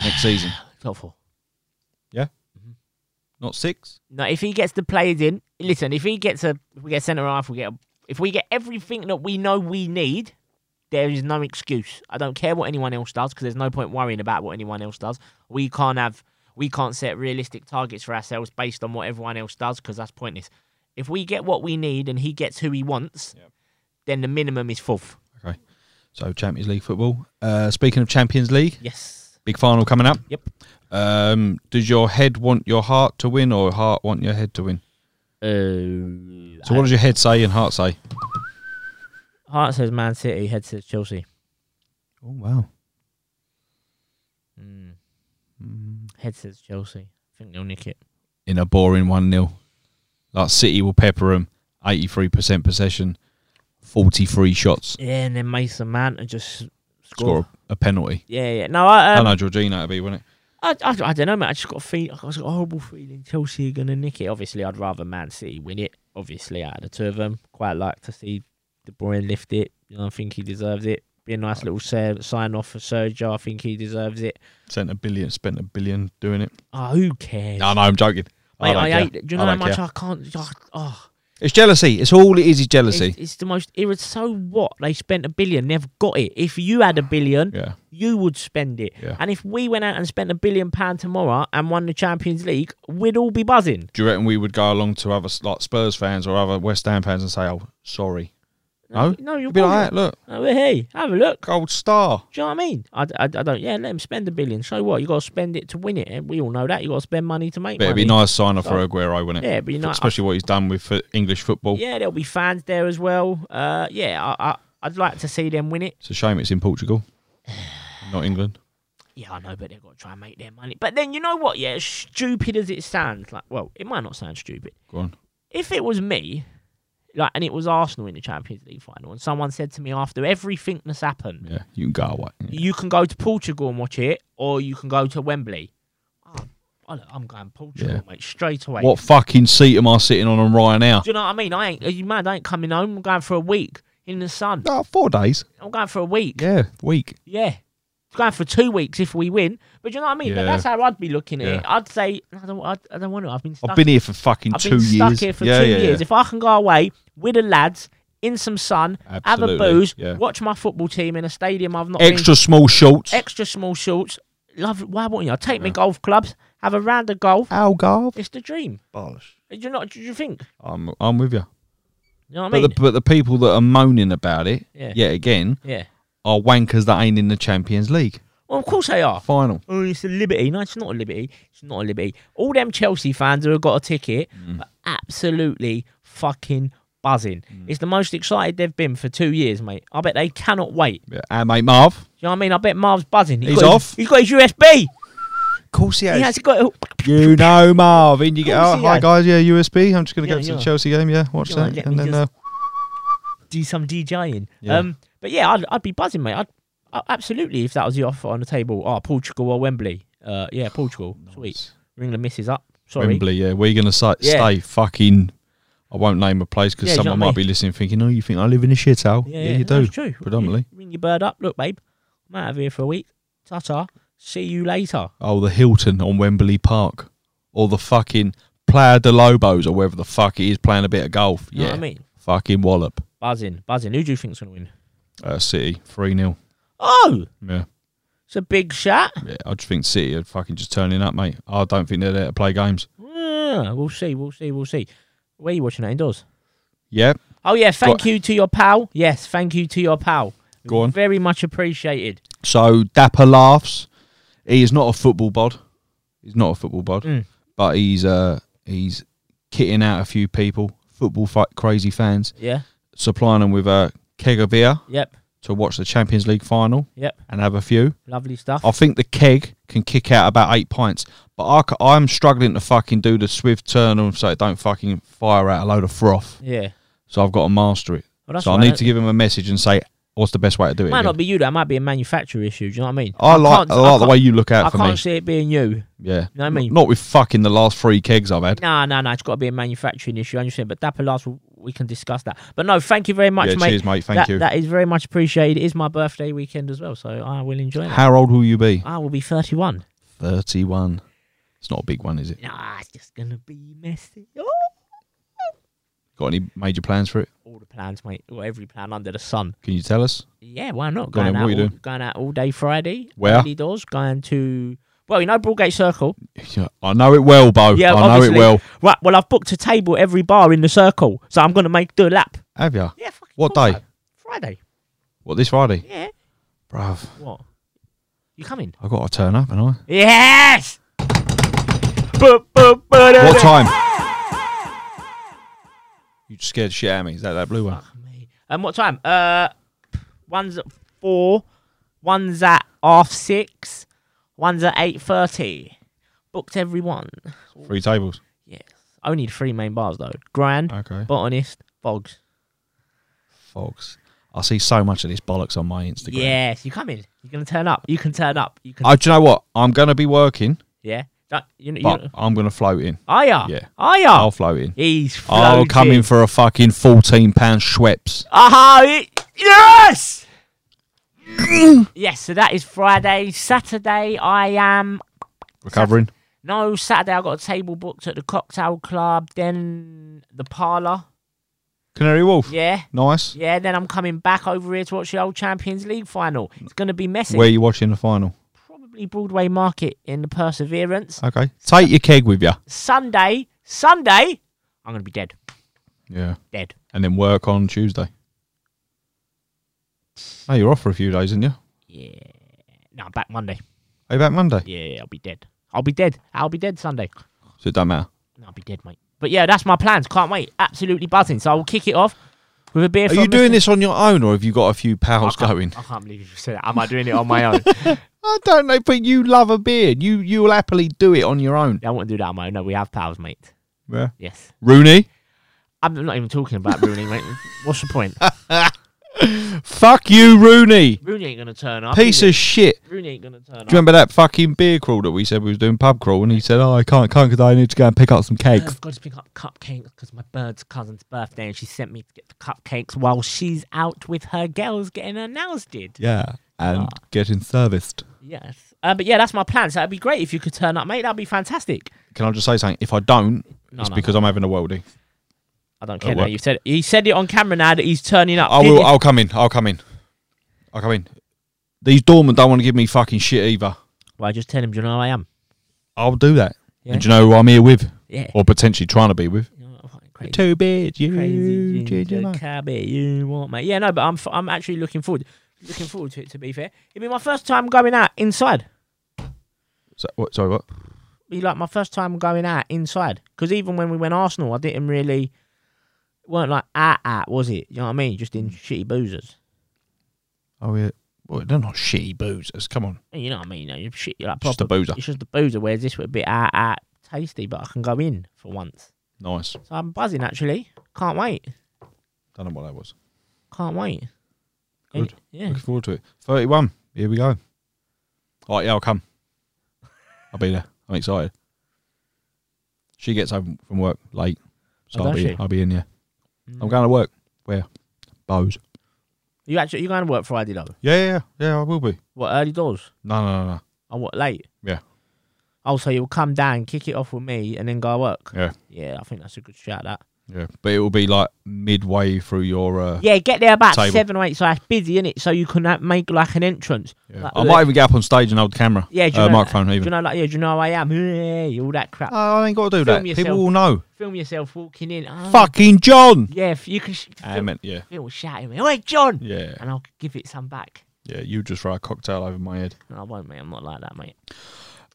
next season?
Top four.
Not six.
No, if he gets the players in, listen. If he gets a, if we get centre half, we get. A, if we get everything that we know we need, there is no excuse. I don't care what anyone else does because there's no point worrying about what anyone else does. We can't have, we can't set realistic targets for ourselves based on what everyone else does because that's pointless. If we get what we need and he gets who he wants,
Yep.
then the minimum is fourth.
So Champions League football. Uh, speaking of Champions League,
Yes.
big final coming up.
Yep.
Um, does your head want your heart to win, or heart want your head to win?
Uh,
So what does your head say and heart say?
Heart says Man City, head says Chelsea.
Oh wow.
Mm. Head says Chelsea. I think they'll nick it.
in a boring 1 0. Like City will pepper them, 83% possession, 43 shots,
Yeah, and then Mason Mount and just score.
score a, a penalty.
Yeah, yeah. No, I,
I
um,
know Jorginho would be, wouldn't it?
I, I, I don't know, mate. I just got a feel. I got a horrible feeling Chelsea are gonna nick it. Obviously, I'd rather Man City win it. Obviously, out of the two of them, quite like to see De Bruyne lift it. You know, I think he deserves it. Be a nice little ser- sign off for Sergio. I think he deserves it.
Sent a billion, spent a billion doing it.
Oh, who cares?
No, no, I'm joking. I,
Mate,
don't
I,
care.
hate. Do you know
I
how
don't
much
care.
I can't? Oh, oh,
It's jealousy. It's all it is. Is
it's,
jealousy.
it's the most. It was so what they spent a billion. They've got it. If you had a billion,
yeah,
you would spend it.
Yeah.
And if we went out and spent a billion pound tomorrow and won the Champions League, we'd all be buzzing.
do you reckon we would go along to other like Spurs fans or other West Ham fans and say, "Oh, sorry"? No,
no, you'll
You'd be like, "Look,
hey, have a look.
gold star."
Do you know what I mean? I, I, I don't. Yeah, let him spend a billion. So what? You got to spend it to win it. And we all know that. You got to spend money to make
But it'd be
money.
nice sign off for Aguero, wouldn't it?
Yeah, but you know,
Especially what he's done with uh, English football.
yeah, there'll be fans there as well. Uh, yeah, I, I, I'd like to see them win it.
It's a shame it's in Portugal, not England.
Yeah, I know, but they've got to try and make their money. But then you know what? Yeah, as stupid as it sounds, like well, it might not sound stupid.
Go on.
if it was me, like, and it was Arsenal in the Champions League final, and someone said to me after everything that's happened,
Yeah, you can go away.
you can go to Portugal and watch it, or you can go to Wembley. Oh, oh, look, I'm going Portugal,
Yeah.
mate, straight away.
What fucking seat am I sitting on on Ryanair?
Do you know what I mean? I ain't. Are you mad? I ain't coming home. I'm going for a week in the sun.
Oh, four days.
I'm going for a week. Yeah.
Yeah, week.
I'm Going for two weeks if we win, but do you know what I mean. But
Yeah.
that's how I'd be looking at
Yeah.
it. I'd say I don't, I, I don't want to. I've been stuck.
I've been here for fucking
I've
two
been
years.
stuck here for
yeah,
two
yeah,
years.
Yeah.
If I can go away with the lads in some sun,
Absolutely,
have a booze,
yeah.
watch my football team in a stadium I've not
Extra small shorts.
been, extra small shorts. Love. Why wouldn't you? I take my golf clubs, have a round of golf.
Algarve.
It's the dream. Do you not? Do you think?
I'm, I'm with you.
You know what I
But the,
mean?
but the people that are moaning about it,
Yeah.
yet again,
yeah.
are wankers that ain't in the Champions League
Well, of course they are.
final.
Oh, it's a liberty. No, it's not a liberty. It's not a liberty. All them Chelsea fans who have got a ticket
Mm.
are absolutely fucking buzzing.
Mm.
It's the most excited they've been for two years, mate. I bet they cannot wait.
Yeah. Our mate Marv.
Do you know what I mean? I bet Marv's buzzing.
He's
got his-
off.
he's got his USB.
Of course he
He has got. it.
You know Marv. In you get.
Of course
Oh,
he
hi
has.
guys. Yeah, USB. I'm just gonna
Yeah,
go to
yeah.
the Chelsea game. Yeah, watch
Yeah,
that,
let
and
me
then uh,
just- do some DJing.
Yeah.
Um, but yeah, I'd, I'd be buzzing, mate. I'd, I, absolutely, if that was the offer on the table, oh, Portugal or Wembley. Uh,
Oh,
yeah, Portugal. Sweet. Ring the misses up. Sorry.
Wembley. Yeah, we're gonna si-
Yeah.
stay fucking. I I won't name a place because
Yeah, do you
someone
know what I
might be listening thinking, oh, you think I live in a shithole? Yeah, you do.
That's true.
predominantly.
You ring your bird up. Look, babe, I'm out of here for a week. Ta ta. See you later.
Oh, the Hilton on Wembley Park or the fucking Playa de Lobos or wherever the fuck it is playing a bit of golf.
You know
yeah.
what I mean?
Fucking wallop.
Buzzing, buzzing. Who do you think's going to win?
Uh, City, 3 0.
Oh,
Yeah.
it's a big shot.
yeah. I just think City are fucking just turning up, mate. I don't think they're there to play games.
Ah, we'll see, we'll see, we'll see. Where are you watching that indoors?
Yeah.
Oh, yeah, thank
Got-
you to your pal. Yes, thank you to your pal.
Go on.
Very much appreciated.
So Dapper laughs. He is not a football bod. He's not a football bod,
Mm.
but he's uh he's kitting out a few people, football fight crazy fans,
Yeah,
supplying them with a keg of beer
yep,
to watch the Champions League final
yep.
and have a few.
Lovely stuff.
I think the keg can kick out about eight pints, but I c- I'm struggling to fucking do the swift turn on so it don't fucking fire out a load of froth.
Yeah.
So I've got to master it.
Well, that's
so I
all right.
need to give him a message and say what's the best way to do it.
Might
again.
not be you, that might be a manufacturer issue. Do you know what I mean?
I like
can't-
I
I
like the
can't-
way you look out
I
for
can't
me.
see it being you.
Yeah.
know what I mean?
Not with fucking the last three kegs I've had.
No, no, no. It's got to be a manufacturing issue. I understand. But Dapper Last, we can discuss that. But no, thank you very much,
yeah,
mate.
cheers, mate. Thank
that,
you.
That is very much appreciated. It is my birthday weekend as well, so I will enjoy that.
How old will you be?
I will be 31.
31. It's not a big one, is it?
Nah, it's just going to be messy. Oh,
Got any major plans for it?
All the plans, mate. Or every plan under the sun.
Can you tell us?
Yeah, why not?
Go
Going,
on then,
out,
what you
all,
doing?
going out all day Friday.
Where?
Early doors. Going to, well, you know, Broadgate Circle.
I know it well, Bo.
Yeah,
I know
obviously.
it well.
Right, well, I've booked a table every bar in the circle, so I'm going to make do a lap.
Have you?
Yeah, fucking
What
cool,
day?
bro. Friday.
What, this Friday?
Yeah.
Bruv,
What? You coming?
i got to turn up, and I?
Yes!
What time? You just scared the shit out of me. Is that that blue one?
And what time? Uh, one's at four, one's at half six, one's at eight thirty. Booked every one.
Three tables.
Yes. Only three main bars though. Grand,
Okay.
Botanist, Boggs.
Folks. I see so much of this bollocks on my Instagram.
Yes, you coming? You're gonna turn up. You can turn up. You can.
Oh, do you know what? I'm going to be working,
yeah. That- you know.
but
You,
I'm going to float in.
are ya?
yeah.
Are
I'll
ya?
float in.
He's
I'll
floating.
come in Oh, for a fucking fourteen pound Schweppes.
Aha! it- Yes! yes, so that is Friday. Saturday, I am.
Recovering.
No, Saturday, I got a table booked at the cocktail club, then the parlour.
Canary Wolf.
Yeah.
Nice.
Yeah, then I'm coming back over here to watch the old Champions League final. It's going to be messy.
Where you watching the final?
Probably Broadway Market in the Perseverance.
Okay. Take your keg with you.
Sunday, Sunday, I'm going to be dead.
Yeah.
Dead.
And then work on Tuesday. Oh, you're off for a few days, aren't you?
Yeah. No, back Monday.
Are you back Monday?
Yeah, I'll be dead. I'll be dead. I'll be dead Sunday.
So it don't matter.
I'll be dead, mate. But yeah, that's my plans. Can't wait. Absolutely buzzing. So I will kick it off with a beer.
Are you doing this on your own, or have you got a few pals going?
I can't believe you said that. Am I doing it on my own?
I don't know, but you love a beer. You you'll happily do it on your own.
I wouldn't do that on my own. No, we have pals, mate.
Yeah.
Yes.
Rooney,
I'm not even talking about Rooney, mate. What's the point?
fuck you, Rooney.
Rooney ain't going to turn up.
Piece
is
of shit.
it? Rooney ain't going to turn up.
Do you remember that fucking beer crawl that we said we was doing pub crawl, and he said, "Oh, I can't, can't, because I need to go and pick up some
Oh,
cakes."
I've got to pick up cupcakes because my bird's cousin's birthday and she sent me to get the cupcakes while she's out with her girls getting her nails did.
Yeah, and getting serviced.
Yes. Uh, but yeah, that's my plan. So that'd be great if you could turn up, mate. That'd be fantastic.
Can I just say something? If I don't,
No,
it's
no,
because I'm having a worldie.
I don't
At
care. Now
work.
you said he said it on camera. Now that he's turning up.
I
Did
will.
you-
I'll come in. I'll come in. I'll come in. These doormen don't want to give me fucking shit either.
Well, I just tell him, do you know who I am?
I'll do that.
Yeah.
And do you know who I'm here with,
Yeah.
or potentially trying to be with?
You know, I'm fucking crazy.
Two beers, you
Crazy
ginger
ginger
man.
cabbie, you want mate? Yeah, no, but I'm f- I'm actually looking forward looking forward to it. To be fair, it'd be my first time going out inside.
So, what, sorry, what?
Be like my first time going out inside. Because even when we went Arsenal, I didn't really weren't like at at was it? You know what I mean? Just
Mm.
in shitty boozers.
Oh yeah. Well, they're not shitty boozers. Come on,
You know what I mean? Like, shit, you're like
just
proper.
a boozer.
It's just a boozer. Whereas this would be at at tasty, but I can go in for once.
Nice.
So I'm buzzing actually. Can't wait.
Don't know what that was.
Can't wait.
Good.
Yeah.
Looking forward to it. Thirty-one. Here we go. All right, yeah, I'll come. I'll be there. I'm excited. She gets home from work late. So
Oh,
I'll
does
be,
she? Hmm.
I'll be in, yeah. I'm going to work. Where? Bose.
Mm. You actually you're going to work Friday though.
Yeah, yeah, yeah. Yeah, I will be.
What early doors?
No, no, no, no.
I what late?
Yeah.
Oh, so you'll come down, kick it off with me, and then go work.
Yeah.
Yeah, I think that's a good shout. That.
Yeah. But it will be like midway through your. Uh,
Yeah, get there about
Table.
seven or eight, so that's busy, is it? So you can uh, make like an entrance.
yeah.
Like,
I
look.
might even get up on stage and hold the camera.
Yeah, do you
uh,
know,
microphone,
Do you
even.
know, like, yeah, do you know who I am? Yeah, all that crap.
Oh, I ain't got to do
Film
that.
yourself.
People will know.
Film yourself walking in. Oh,
Fucking John.
Yeah, if you can. Sh-
I meant, yeah.
People shouting me, "Hey, John!"
Yeah.
and I'll give it some back.
Yeah. You just throw a cocktail over my head.
No, I won't, mate. I'm not like that, mate.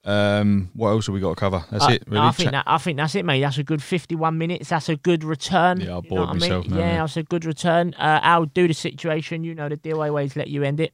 Um, what else have we got to cover? That's
Uh,
it,
no,
really.
I think
Cha-
that I think that's it, mate. That's a good 51 minutes. That's a good return.
Yeah, I
You know
bored
what I mean?
myself now,
Yeah,
yeah.
that's a good return. Uh, Al, do the situation. You know the deal. I always let you end it.